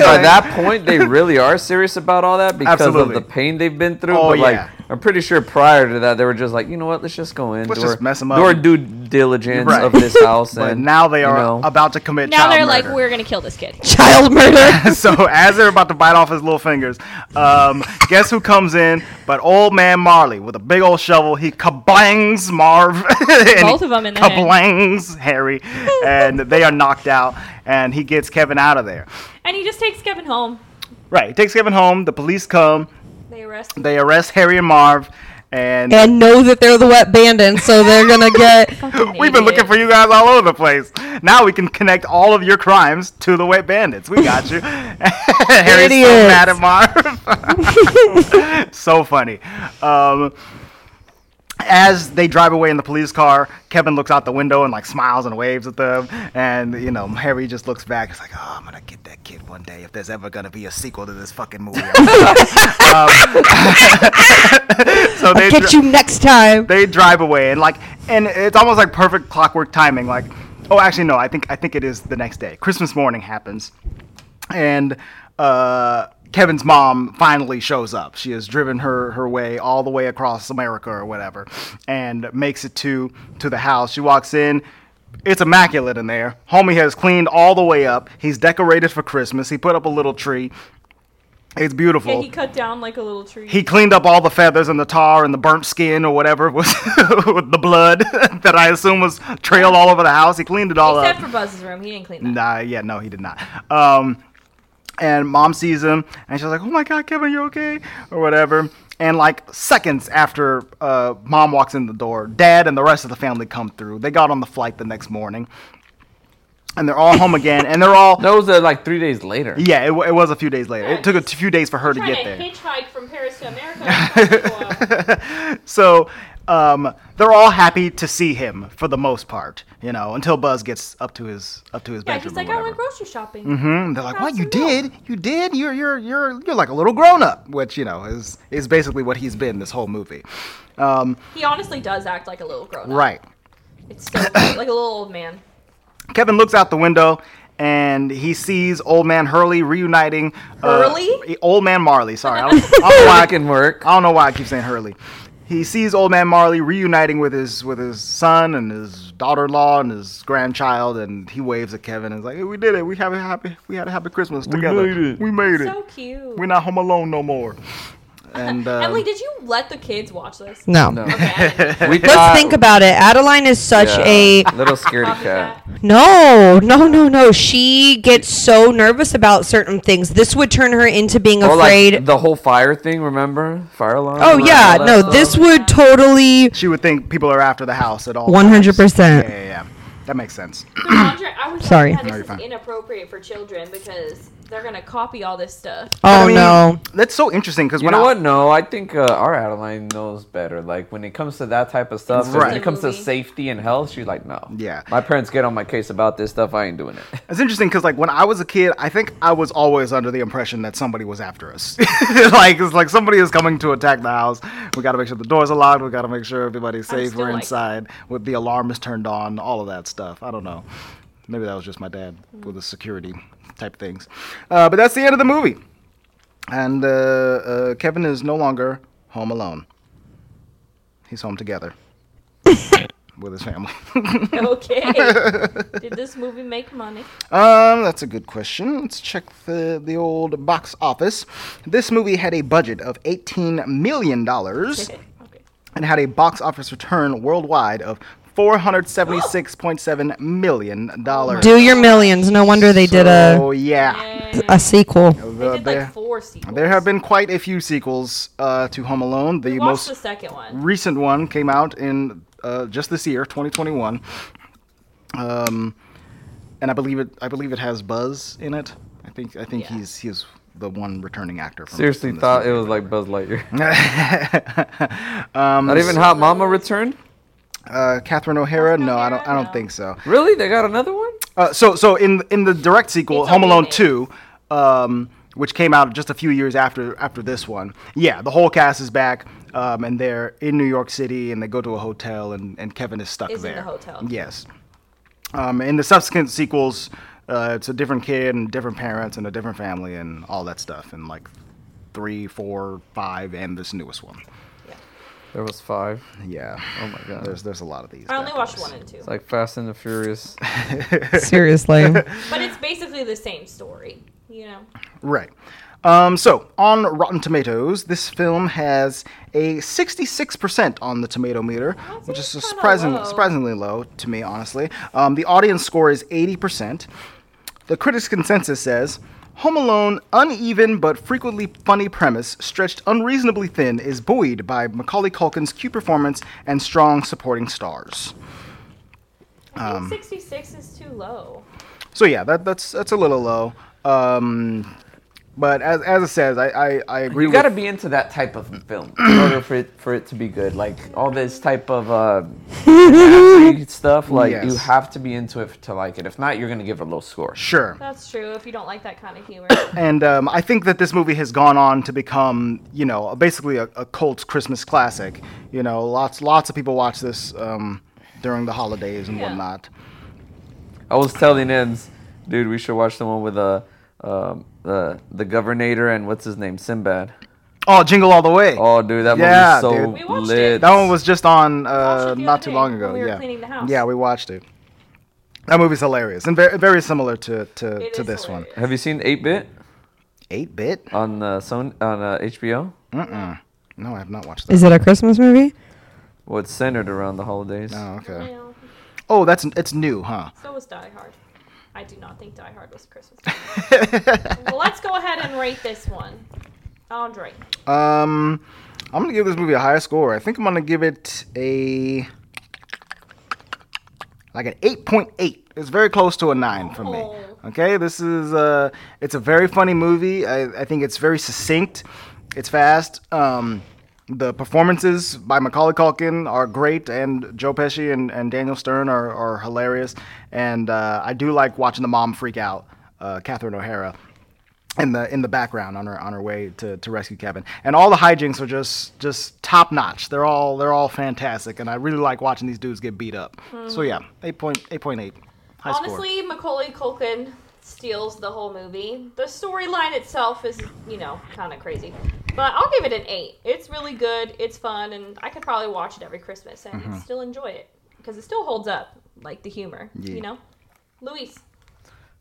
S1: By that point, they really are serious about all that because
S6: Absolutely.
S1: of the pain they've been through.
S6: Oh,
S1: but
S6: yeah.
S1: like, I'm pretty sure prior to that, they were just like, you know what? Let's just go in.
S6: Let's
S1: do
S6: just
S1: our-
S6: mess 'em
S1: Do
S6: up.
S1: our due diligence
S6: Right.
S1: of this house.
S6: but
S1: and,
S6: now they
S1: you
S6: are
S1: know,
S6: about to commit.
S3: now
S6: child
S3: they're
S6: murder.
S3: like, we're going to kill this kid.
S4: Child murder.
S6: so as they're about to bite off his little fingers, um, guess who comes in? But old man Marley with a big old shovel. He kablangs Marv. and
S3: Both
S6: he
S3: of 'em in the head.
S6: Kablangs Harry, and they are knocked out. And he gets Kevin out of there.
S3: And he just takes Kevin home.
S6: Right. He takes Kevin home. The police come.
S3: They arrest him.
S6: They arrest Harry and Marv. And,
S4: and know that they're the wet bandits, so they're gonna get.
S3: Fucking
S6: we've
S3: idiot.
S6: been looking for you guys all over the place. Now we can connect all of your crimes to the wet bandits. We got you. Harry's so
S4: Idiots.
S6: mad at Marv. so funny. Um, as they drive away in the police car, Kevin looks out the window and like smiles and waves at them. And you know, Harry just looks back. It's like, oh, I'm gonna get that kid one day if there's ever gonna be a sequel to this fucking movie. Um, so they dri-
S4: Get you next time.
S6: they drive away and like and it's almost like perfect clockwork timing like oh actually no i think i think it is the next day christmas morning happens and uh kevin's mom finally shows up she has driven her her way all the way across america or whatever and makes it to to the house she walks in it's immaculate in there homie has cleaned all the way up he's decorated for christmas he put up a little tree it's beautiful
S3: Yeah, he cut down like a little tree.
S6: he cleaned up all the feathers and the tar and the burnt skin or whatever was with the blood that I assume was trailed all over the house. He cleaned it all
S3: Except
S6: up.
S3: for Buzz's room. He didn't clean that.
S6: nah, yeah, no, he did not. Um, and mom sees him and she's like, "Oh my god, Kevin, you okay?" or whatever. And like seconds after uh, mom walks in the door, dad and the rest of the family come through. They got on the flight the next morning, and they're all home again. And they're all
S1: That was uh, like three days later.
S6: yeah, it, w- it was a few days later. It took a t- few days for her to
S3: Trying
S6: get
S3: to
S6: there.
S3: hitchhike from Paris to America.
S6: So um, they're all happy to see him for the most part, you know, until Buzz gets up to his up to his
S3: yeah, he's
S6: bedroom.
S3: like, "Oh,
S6: or
S3: I
S6: whatever.
S3: went grocery shopping.
S6: And they're like,
S3: "Grab
S6: "What you
S3: some milk."
S6: did? You did? You're you're you're you're like a little grown up," which you know is is basically what he's been this whole movie. Um,
S3: He honestly does act like a little grown up.
S6: right.
S3: It's so like a little old man.
S6: Kevin looks out the window and he sees old man Hurley reuniting. uh,
S3: Hurley?
S6: old man Marley. Sorry, I don't, I don't know why I
S1: I can work.
S6: I don't know why I keep saying Hurley. He sees old man Marley reuniting with his with his son and his daughter-in-law and his grandchild, and he waves at Kevin and is like, hey, "We did it. We have a happy. We had a happy Christmas together.
S1: made it.
S6: We made it.
S3: So cute.
S6: We're not home alone no more." And uh,
S3: Emily, did you let the kids watch this?
S4: No.
S1: No.
S3: Okay. I didn't.
S1: We
S4: Let's
S6: Uh,
S4: think about it. Adeline is such a
S1: little scaredy cat.
S3: Copycat.
S4: no, no, no, no. She gets so nervous about certain things. This would turn her into being
S6: Oh,
S1: Or
S4: afraid.
S1: like the whole fire thing. Remember fire alarm?
S4: oh
S1: and
S4: yeah,
S1: all that
S4: no.
S1: stuff?
S4: This would totally
S6: she would think people are after the house at all.
S4: one hundred
S6: times. Yeah,
S4: percent.
S6: yeah, yeah. That makes sense.
S3: Cassandra, I was like,
S4: Sorry.
S3: yeah,
S6: No, you're
S3: this
S6: fine.
S3: is inappropriate for children because they're gonna copy all this stuff.
S4: Oh
S6: I mean,
S4: no.
S6: That's so interesting because
S1: You
S6: when
S1: know
S6: I,
S1: what? No, I think uh, our Adeline knows better. Like when it comes to that type of stuff, and
S6: Right.
S1: when it comes to
S3: Movie.
S1: safety and health, she's like, no.
S6: Yeah.
S1: My parents get on my case about this stuff. I ain't doing it.
S6: It's interesting because, like, when I was a kid, I think I was always under the impression that somebody was after us. like, it's like somebody is coming to attack the house. We got to make sure the doors are locked. We got to make sure everybody's
S3: I'm
S6: safe.
S3: still
S6: We're
S3: like that.
S6: inside. With the alarm is turned on. All of that stuff. I don't know. Maybe that was just my dad with the security type things. Uh, but that's the end of the movie, and uh, uh, Kevin is no longer home alone. He's home together with his family.
S3: Okay. did this movie make money?
S6: Um, that's a good question. Let's check the the old box office. This movie had a budget of eighteen million dollars
S3: okay.
S6: and had a box office return worldwide of $476.7 million. dollars.
S4: Do your millions. No wonder they did
S6: So,
S4: a
S6: yeah.
S4: a sequel.
S3: They
S6: The-
S3: did
S6: there,
S3: like four sequels.
S6: there have been quite a few sequels uh, to Home Alone. The
S3: Watch
S6: most
S3: the second one.
S6: recent one came out in uh, just this year, 2021. Um, and I believe it. I believe it has Buzz in it. I think. I think
S3: Yeah.
S6: he's he's the one returning actor. From,
S1: Seriously,
S6: from this
S1: thought it
S6: movie.
S1: was like Buzz Lightyear.
S6: um,
S1: Not even Hot Mama returned.
S6: uh, Catherine O'Hara. No, I don't. I
S3: No.
S6: don't think so.
S1: Really? They got another one?
S6: Uh, so so in in the direct sequel,
S3: It's a
S6: Home Alone
S3: remake.
S6: Two, um, which came out just a few years after after this one. Yeah, the whole cast is back, um, and they're in New York City, and they go to a hotel, and, and Kevin is stuck
S3: Is in
S6: there.
S3: the hotel.
S6: Yes. Um, in the subsequent sequels, uh, it's a different kid and different parents and a different family and all that stuff, and like three, four, five, and this newest one.
S1: There was five.
S6: Yeah.
S1: Oh my god.
S6: There's there's a lot of these.
S3: I only
S6: bad
S3: watched
S6: boys.
S3: one and two,
S1: It's like Fast and the Furious.
S4: Seriously.
S3: but it's basically the same story. You know,
S6: Right. Um, so, on Rotten Tomatoes, this film has a 66% on the tomato meter, which is
S3: kinda
S6: surprising,
S3: low.
S6: surprisingly low to me, honestly. Um, the audience score is 80%. The critics' consensus says Home Alone, uneven but frequently funny premise, stretched unreasonably thin, is buoyed by Macaulay Culkin's cute performance and strong supporting stars.
S3: I
S6: Um,
S3: think 66 is too low.
S6: So yeah, that, that's that's a little low. Um, but as, as it says, I, I, I agree
S1: You
S6: with
S1: gotta be into that type of film in order for it for it to be good. Like all this type of uh, nasty stuff. Like you
S6: Yes.
S1: have to be into it to like it. If not, you're gonna give it a low score.
S6: Sure.
S3: That's true. If you don't like that kind of humor,
S6: And um, I think that this movie has gone on to become, you know, basically a, a cult Christmas classic. You know, lots lots of people watch this um, during the holidays and
S3: Yeah.
S6: whatnot.
S1: I was telling Ems, dude, we should watch the one with uh, um, uh, the Governor and what's his name, Sinbad.
S6: Oh, Jingle All the Way.
S1: Oh, dude, that one
S6: Yeah, dude.
S1: was
S3: We
S1: so
S3: watched it.
S1: lit.
S6: that one was just on
S3: watched
S6: uh,
S3: it the
S6: not
S3: other
S6: too
S3: day
S6: long
S3: when
S6: ago.
S3: we were
S6: yeah.
S3: cleaning the house.
S6: Yeah, we watched it. That movie's hilarious and very, very similar to, to,
S3: It
S6: to
S3: is
S6: this one.
S3: hilarious.
S1: Have you seen 8 Bit
S6: 8 bit?
S1: on uh, Sony, on uh, HBO?
S6: No, I have not watched that.
S4: Is it a Christmas movie?
S1: Well, it's centered around the holidays.
S6: oh, okay.
S3: Well,
S6: Oh, that's it's new, huh?
S3: so was Die Hard. I do not think Die Hard was Christmas. well, let's go ahead and rate this one, Andre.
S6: Um, I'm gonna give this movie a high score. I think I'm gonna give it a like an 8.8. It's very close to a nine for me.
S3: Oh.
S6: Okay, this is uh, it's a very funny movie. I, I think it's very succinct. It's fast. Um, the performances by Macaulay Culkin are great, and Joe Pesci and, and Daniel Stern are, are hilarious. And uh, I do like watching the mom freak out, uh, Catherine O'Hara in the in the background on her on her way to, to rescue Kevin. And all the hijinks are just just top notch. They're all they're all fantastic, and I really like watching these dudes get beat up.
S4: Hmm.
S6: So yeah, eight point eight point eight. High
S3: Honestly, Macaulay Culkin steals the whole movie. The storyline itself is, you know, kind of crazy. But I'll give it an 8. It's really good, it's fun, and I could probably watch it every Christmas and
S6: Mm-hmm.
S3: still enjoy it because it still holds up, like the humor,
S6: Yeah.
S3: you know? Luis,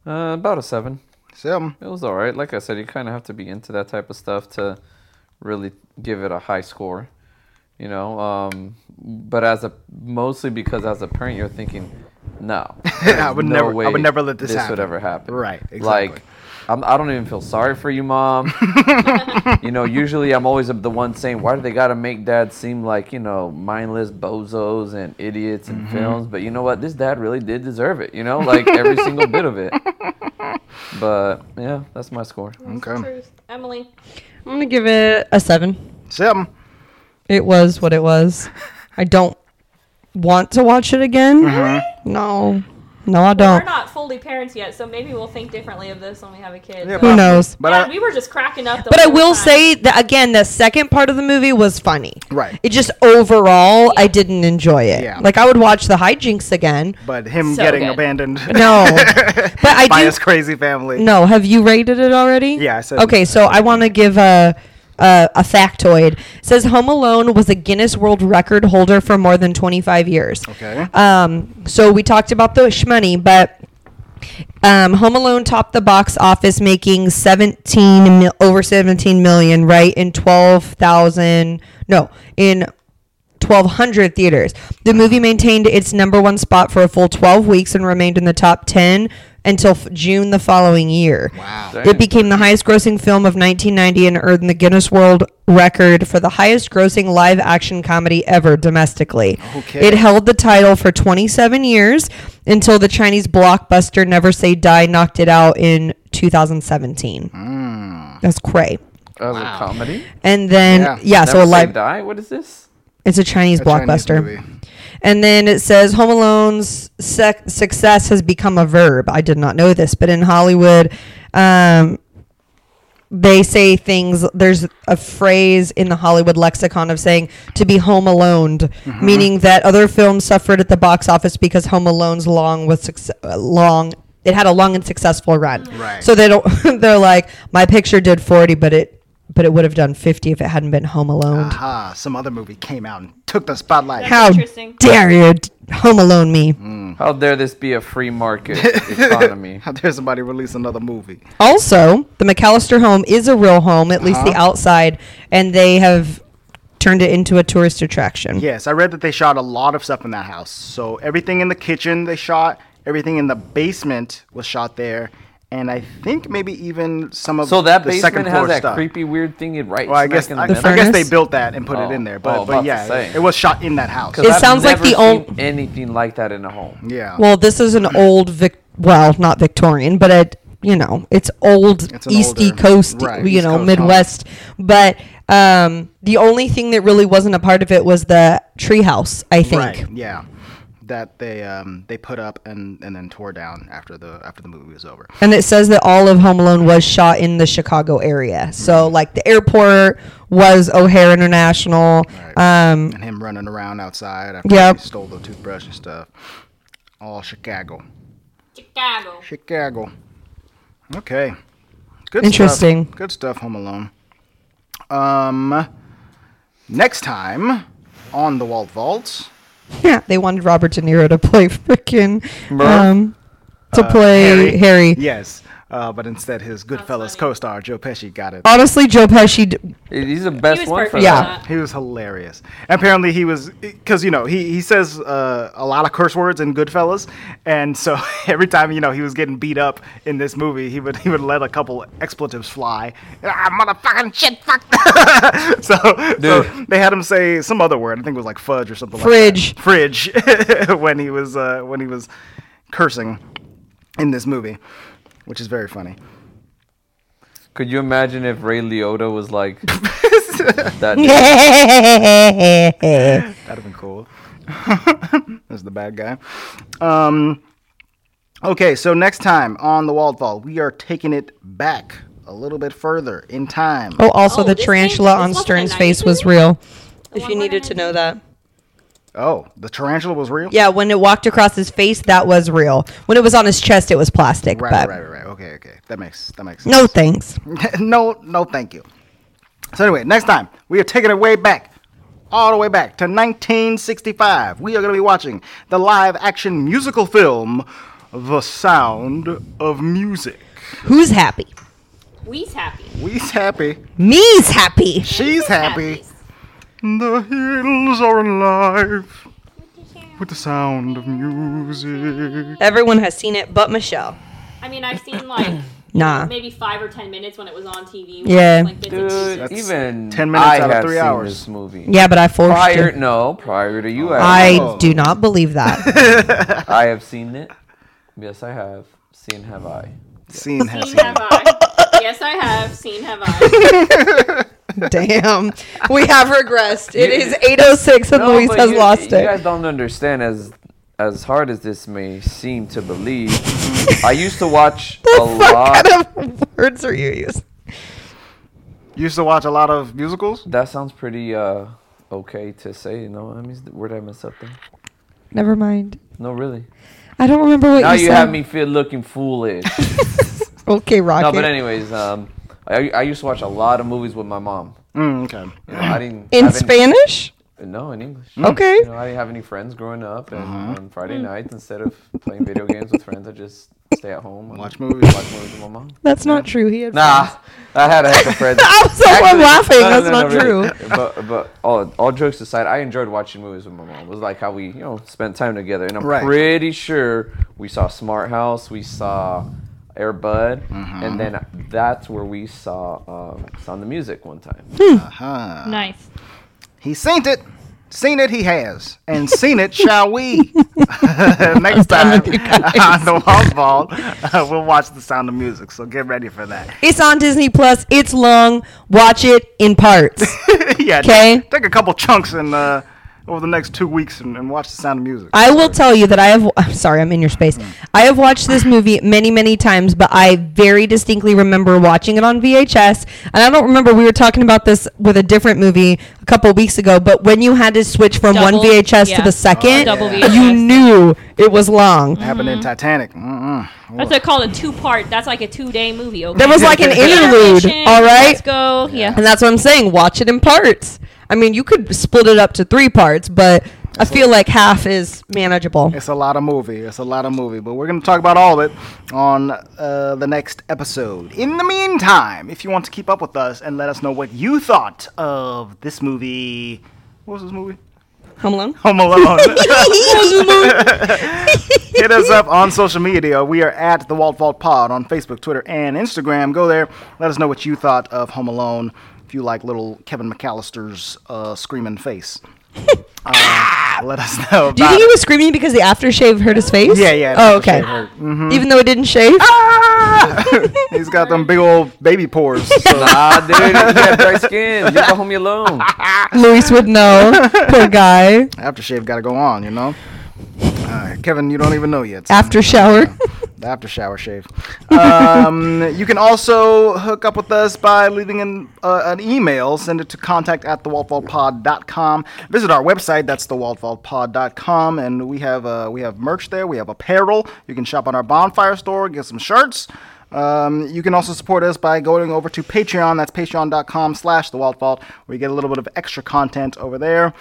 S1: Uh, about a seven.
S6: score. Sim.
S1: It was all right. Like I said, you kind of have to be into that type of stuff to really give it a high score, you know. Um, but as a mostly because as a parent, you're thinking, no,
S6: I would
S1: there's
S6: never- I would never let this
S1: This would
S6: happen.
S1: ever happen,
S6: Right,
S1: Like,
S6: exactly.
S1: I'm, I don't even feel sorry for you, mom. you know, usually I'm always the one saying, why do they got to make dad seem like, you know, mindless bozos and idiots in
S6: Mm-hmm.
S1: films? But you know what? This dad really did deserve it, you know, like every single bit of it. But yeah, that's my score.
S6: Okay.
S3: truth, Emily.
S4: I'm gonna give it a seven.
S6: Sim.
S4: It was what it was. I don't want to watch it again.
S6: Uh-huh.
S4: No. No, I
S3: We're
S4: don't.
S3: not fully parents yet, so maybe we'll think differently of this when we have a kid.
S6: Yeah,
S3: but-
S4: Who knows?
S6: But
S3: God,
S6: I,
S3: we were just cracking up. The
S4: But I
S3: whole
S4: will
S3: time.
S4: say that again, the second part of the movie was funny.
S6: Right.
S4: It just overall, I didn't enjoy it.
S6: Yeah.
S4: Like I would watch the hijinks again.
S6: but him
S3: So
S6: getting
S3: good.
S6: abandoned
S4: No, but I
S6: by
S4: do.
S6: his crazy family.
S4: No, have you rated it already?
S6: Yeah, I said-
S4: Okay, so I want to give a. Uh, a factoid It says Home Alone was a Guinness World Record holder for more than 25 years.
S6: Okay.
S4: Um, so we talked about the shmoney, but um, Home Alone topped the box office, making 17 mil- over 17 million, right? In 12,000, no, in 1,200 theaters. The movie maintained its number one spot for a full 12 weeks and remained in the top 10 until f- June the following year. Wow. It became the highest grossing film of 1990 and earned the Guinness World Record for the highest grossing live action comedy ever domestically.
S6: Okay.
S4: It held the title for 27 years until the Chinese blockbuster Never Say Die knocked it out in 2017. That's cray.
S1: As a Oh, comedy?
S4: And then
S6: Yeah.
S4: yeah, so a
S1: Never Say
S4: live
S1: Die? What is this?
S4: it's a Chinese
S6: A Chinese
S4: blockbuster.
S6: movie.
S4: And then it says Home Alone's sec- success has become a verb. I did not know this, but in Hollywood, um, they say things. There's a phrase in the Hollywood lexicon of saying to be home alone, meaning that other films suffered at the box office because Home Alone's long was success- long. It had a long and successful run.
S6: Right.
S4: So they don't. they're like, my picture did forty, but it but it would have done fifty if it hadn't been Home Alone.
S6: Aha, Ah, some other movie came out and took the spotlight.
S4: How
S3: Interesting.
S4: dare you d- Home Alone me?
S1: How dare this be a free market economy?
S6: How dare somebody release another movie?
S4: Also, the McAllister home is a real home, at least
S6: Uh-huh.
S4: the outside, and they have turned it into a tourist attraction.
S6: Yes, I read that they shot a lot of stuff in that house. So everything in the kitchen they shot, everything in the basement was shot there, and I think maybe even some of
S1: So that
S6: the second
S1: basement
S6: floor
S1: has that
S6: stuff.
S1: creepy weird thing it right
S6: Well, I
S1: smack
S6: guess
S1: in the
S6: I, I
S1: middle.
S6: guess they
S4: furnace?
S6: built that and put it
S1: Oh,
S6: in there,
S1: oh,
S6: but,
S1: about
S6: but
S1: to
S6: yeah,
S1: say.
S6: it was shot in that house.
S1: 'Cause
S4: It
S1: I've
S4: sounds like
S1: never
S4: the ol-
S1: seen anything like that in a home.
S6: Yeah.
S4: Well, this is an old Vic. Well, not Victorian, but it you know it's old
S6: It's an
S4: Easty
S6: older-
S4: Coast,
S6: right,
S4: you
S6: East
S4: know
S6: Coast home.
S4: Midwest. But um, the only thing that really wasn't a part of it was the treehouse. I think.
S6: right. Yeah. That they um, they put up and, and then tore down after the after the movie was over.
S4: And it says that all of Home Alone was shot in the Chicago area. So, like, the airport was O'Hare International. Um,
S6: and him running around outside after
S4: Yep.
S6: he stole the toothbrush and stuff. All Chicago.
S3: Chicago.
S6: Chicago. Okay. Good
S4: Interesting.
S6: Stuff. Good stuff, Home Alone. Um, next time on the Walt Vault,
S4: yeah, they wanted Robert De Niro to play freaking.
S1: Mer?
S4: Um,
S6: Uh,
S4: to play Harry.
S6: Yes, uh, but instead his Goodfellas co-star Joe Pesci got it.
S4: Honestly, Joe Pesci. D-
S1: He's the
S3: He
S1: best
S3: was
S1: one for
S3: perfect.
S4: Yeah.
S3: Yeah.
S6: He was hilarious. Apparently, he was because you know he he says uh, a lot of curse words in Goodfellas, and so every time you know he was getting beat up in this movie, he would he would let a couple expletives fly. Ah, motherfucking shit, fuck. so, so
S1: Dude.
S6: they had him say some other word. I think it was like fudge or something. like
S4: Fridge.
S6: that. Fridge. when he was uh, when he was cursing in this movie, which is very funny.
S1: Could you imagine if Ray Liotta was like that?
S6: That'd have been cool. That's the bad guy. Um, okay, so next time on the Wald Fall, we are taking it back a little bit further in time.
S4: oh, also,
S3: Oh,
S4: the
S3: this
S4: tarantula
S3: thing-
S4: on
S3: this wasn't
S4: Stern's
S3: a
S4: face
S3: 90s
S4: was
S3: movie?
S4: real.
S3: The one we're gonna do?
S4: that.
S6: Oh, the tarantula was real.
S4: Yeah, when it walked across his face, that was real. When it was on his chest, it was plastic.
S6: Right,
S4: but
S6: right, right, right. Okay, okay. That makes that makes
S4: no thanks.
S6: sense. no, no, thank you. So anyway, next time we are taking it way back, all the way back to 1965. We are going to be watching the live-action musical film, The Sound of Music.
S4: Who's happy?
S3: We's happy.
S6: We's happy.
S4: Me's happy.
S6: She's happy. The hills are alive with the sound of music.
S4: Everyone has seen it but Michelle.
S3: I mean, I've seen like
S4: Nah.
S3: maybe five or ten minutes when it was on TV.
S4: Yeah.
S3: Like, bits and pieces.
S1: Dude, even
S6: 10 minutes
S1: I
S6: out of
S1: have
S6: three
S1: seen
S6: hours.
S1: this movie.
S4: Yeah, but I forced
S1: Prior,
S4: you.
S1: no, prior to you, I,
S4: I do not believe that.
S1: I have seen it. Yes, I have. Seen have I?
S6: Seen has
S3: Seen
S6: seen.
S3: have I? Yes, I have. Seen have I?
S4: Damn. We have regressed. It is 806 and
S1: No,
S4: Luis
S1: but
S4: has
S1: you,
S4: lost
S1: You guys
S4: it.
S1: don't understand as as hard as this may seem to believe. I used to watch a lot.
S4: What kind of words are you using?
S6: Used to watch a lot of musicals.
S1: That sounds pretty uh, okay to say. You know, I mean, where did I mess up? There?
S4: Never mind.
S1: No, really.
S4: I don't remember what
S1: Now
S4: you,
S1: you
S4: said.
S1: have me feel looking foolish.
S4: Okay, Rocket.
S1: No, but anyways, um, I, I used to watch a lot of movies with my mom.
S6: Mm, okay.
S1: You know, I didn't
S4: In
S1: have any-
S4: Spanish?
S1: No, in English.
S4: Okay.
S1: You know, I didn't have any friends growing up, and
S4: Uh-huh.
S1: on Friday
S4: Hmm.
S1: nights, instead of playing video games with friends, I just stay at home, and
S6: Watch movies.
S1: watch movies with my mom.
S4: That's not true. He had
S1: Nah, I had a heck of friends.
S4: I was like, "I'm laughing. That's not
S1: true. But, but all, all jokes aside, I enjoyed watching movies with my mom. It was like how we, you know, spent time together. And I'm
S6: Right.
S1: pretty sure we saw Smart House, we saw Air Bud,
S4: Mm-hmm.
S1: and then that's where we saw um, Sound the Music one time.
S3: Nice.
S6: Ah. He seen it. Seen it, he has. And seen it, shall we? Next time on The Long Ball, uh, we'll watch The Sound of Music. So get ready for that.
S4: It's on Disney Plus. It's long. Watch it in parts.
S6: yeah. t-
S4: 'Kay.
S6: Take a couple chunks and uh, over the next two weeks and, and watch The Sound of Music.
S4: I will tell you that I have. I'm sorry, I'm in your space. I have watched this movie many, many times, but I very distinctly remember watching it on VHS. And I don't remember we were talking about this with a different movie a couple weeks ago. But when you had to switch from one
S3: Double-
S4: VHS to
S3: yeah.
S4: the second,
S3: Double
S4: you
S3: VHS.
S4: knew it was long.
S6: Happened in Titanic. Mm-mm.
S3: That's a, called a two-part. That's like a two-day movie. Okay.
S4: There was like an interlude.
S3: Intermission,
S4: All right.
S3: Let's go. Yeah.
S4: And that's what I'm saying. Watch it in parts. I mean, you could split it up to three parts, but I feel like half is manageable.
S6: It's a lot of movie. It's a lot of movie. But we're going to talk about all of it on uh, the next episode. In the meantime, if you want to keep up with us and let us know what you thought of this movie. What was this movie?
S4: Home Alone.
S6: Home Alone. Hit us up on social media. We are at the Walt Vault Pod on Facebook, Twitter, and Instagram. Go there. Let us know what you thought of Home Alone. If you like little Kevin McAllister's uh, screaming face, uh, let us know. About
S4: Do you think
S6: it.
S4: he was screaming because the aftershave hurt his face?
S6: Yeah, yeah, the
S4: Oh, okay.
S6: aftershave hurt. Mm-hmm.
S4: Even though it didn't shave.
S6: Ah! He's got them big old baby pores. So
S1: Nah, Ah, dude, you got dry skin. Leave the homie alone.
S4: Luis would know. Poor guy.
S6: aftershave got to go on, you know. Uh, Kevin, you don't even know yet. so-
S4: After shower.
S6: The after shower shave. Um, you can also hook up with us by leaving an, uh, an email. Send it to contact at thewaltvaultpod.com. Visit our website. That's thewaltvaultpod.com. And we have uh, we have merch there. We have apparel. You can shop on our bonfire store. Get some shirts. Um, you can also support us by going over to Patreon. That's patreon.com slash thewaltvault. We get a little bit of extra content over there.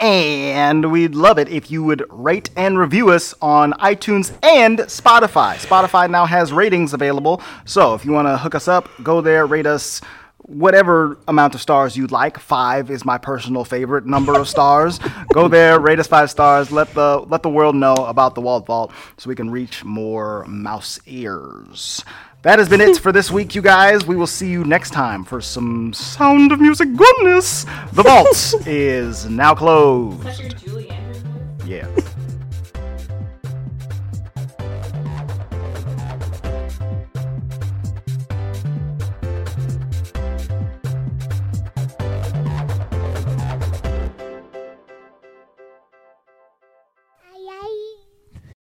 S6: And we'd love it if you would rate and review us on iTunes and Spotify. Spotify now has ratings available. So if you want to hook us up, go there, rate us whatever amount of stars you'd like. Five is my personal favorite number of stars. go there, rate us five stars. Let the let the world know about the Walled Vault so we can reach more mouse ears. That has been it for this week, you guys. We will see you next time for some sound of music goodness. The vault is now closed.
S3: Julie Andrews.
S6: Yeah.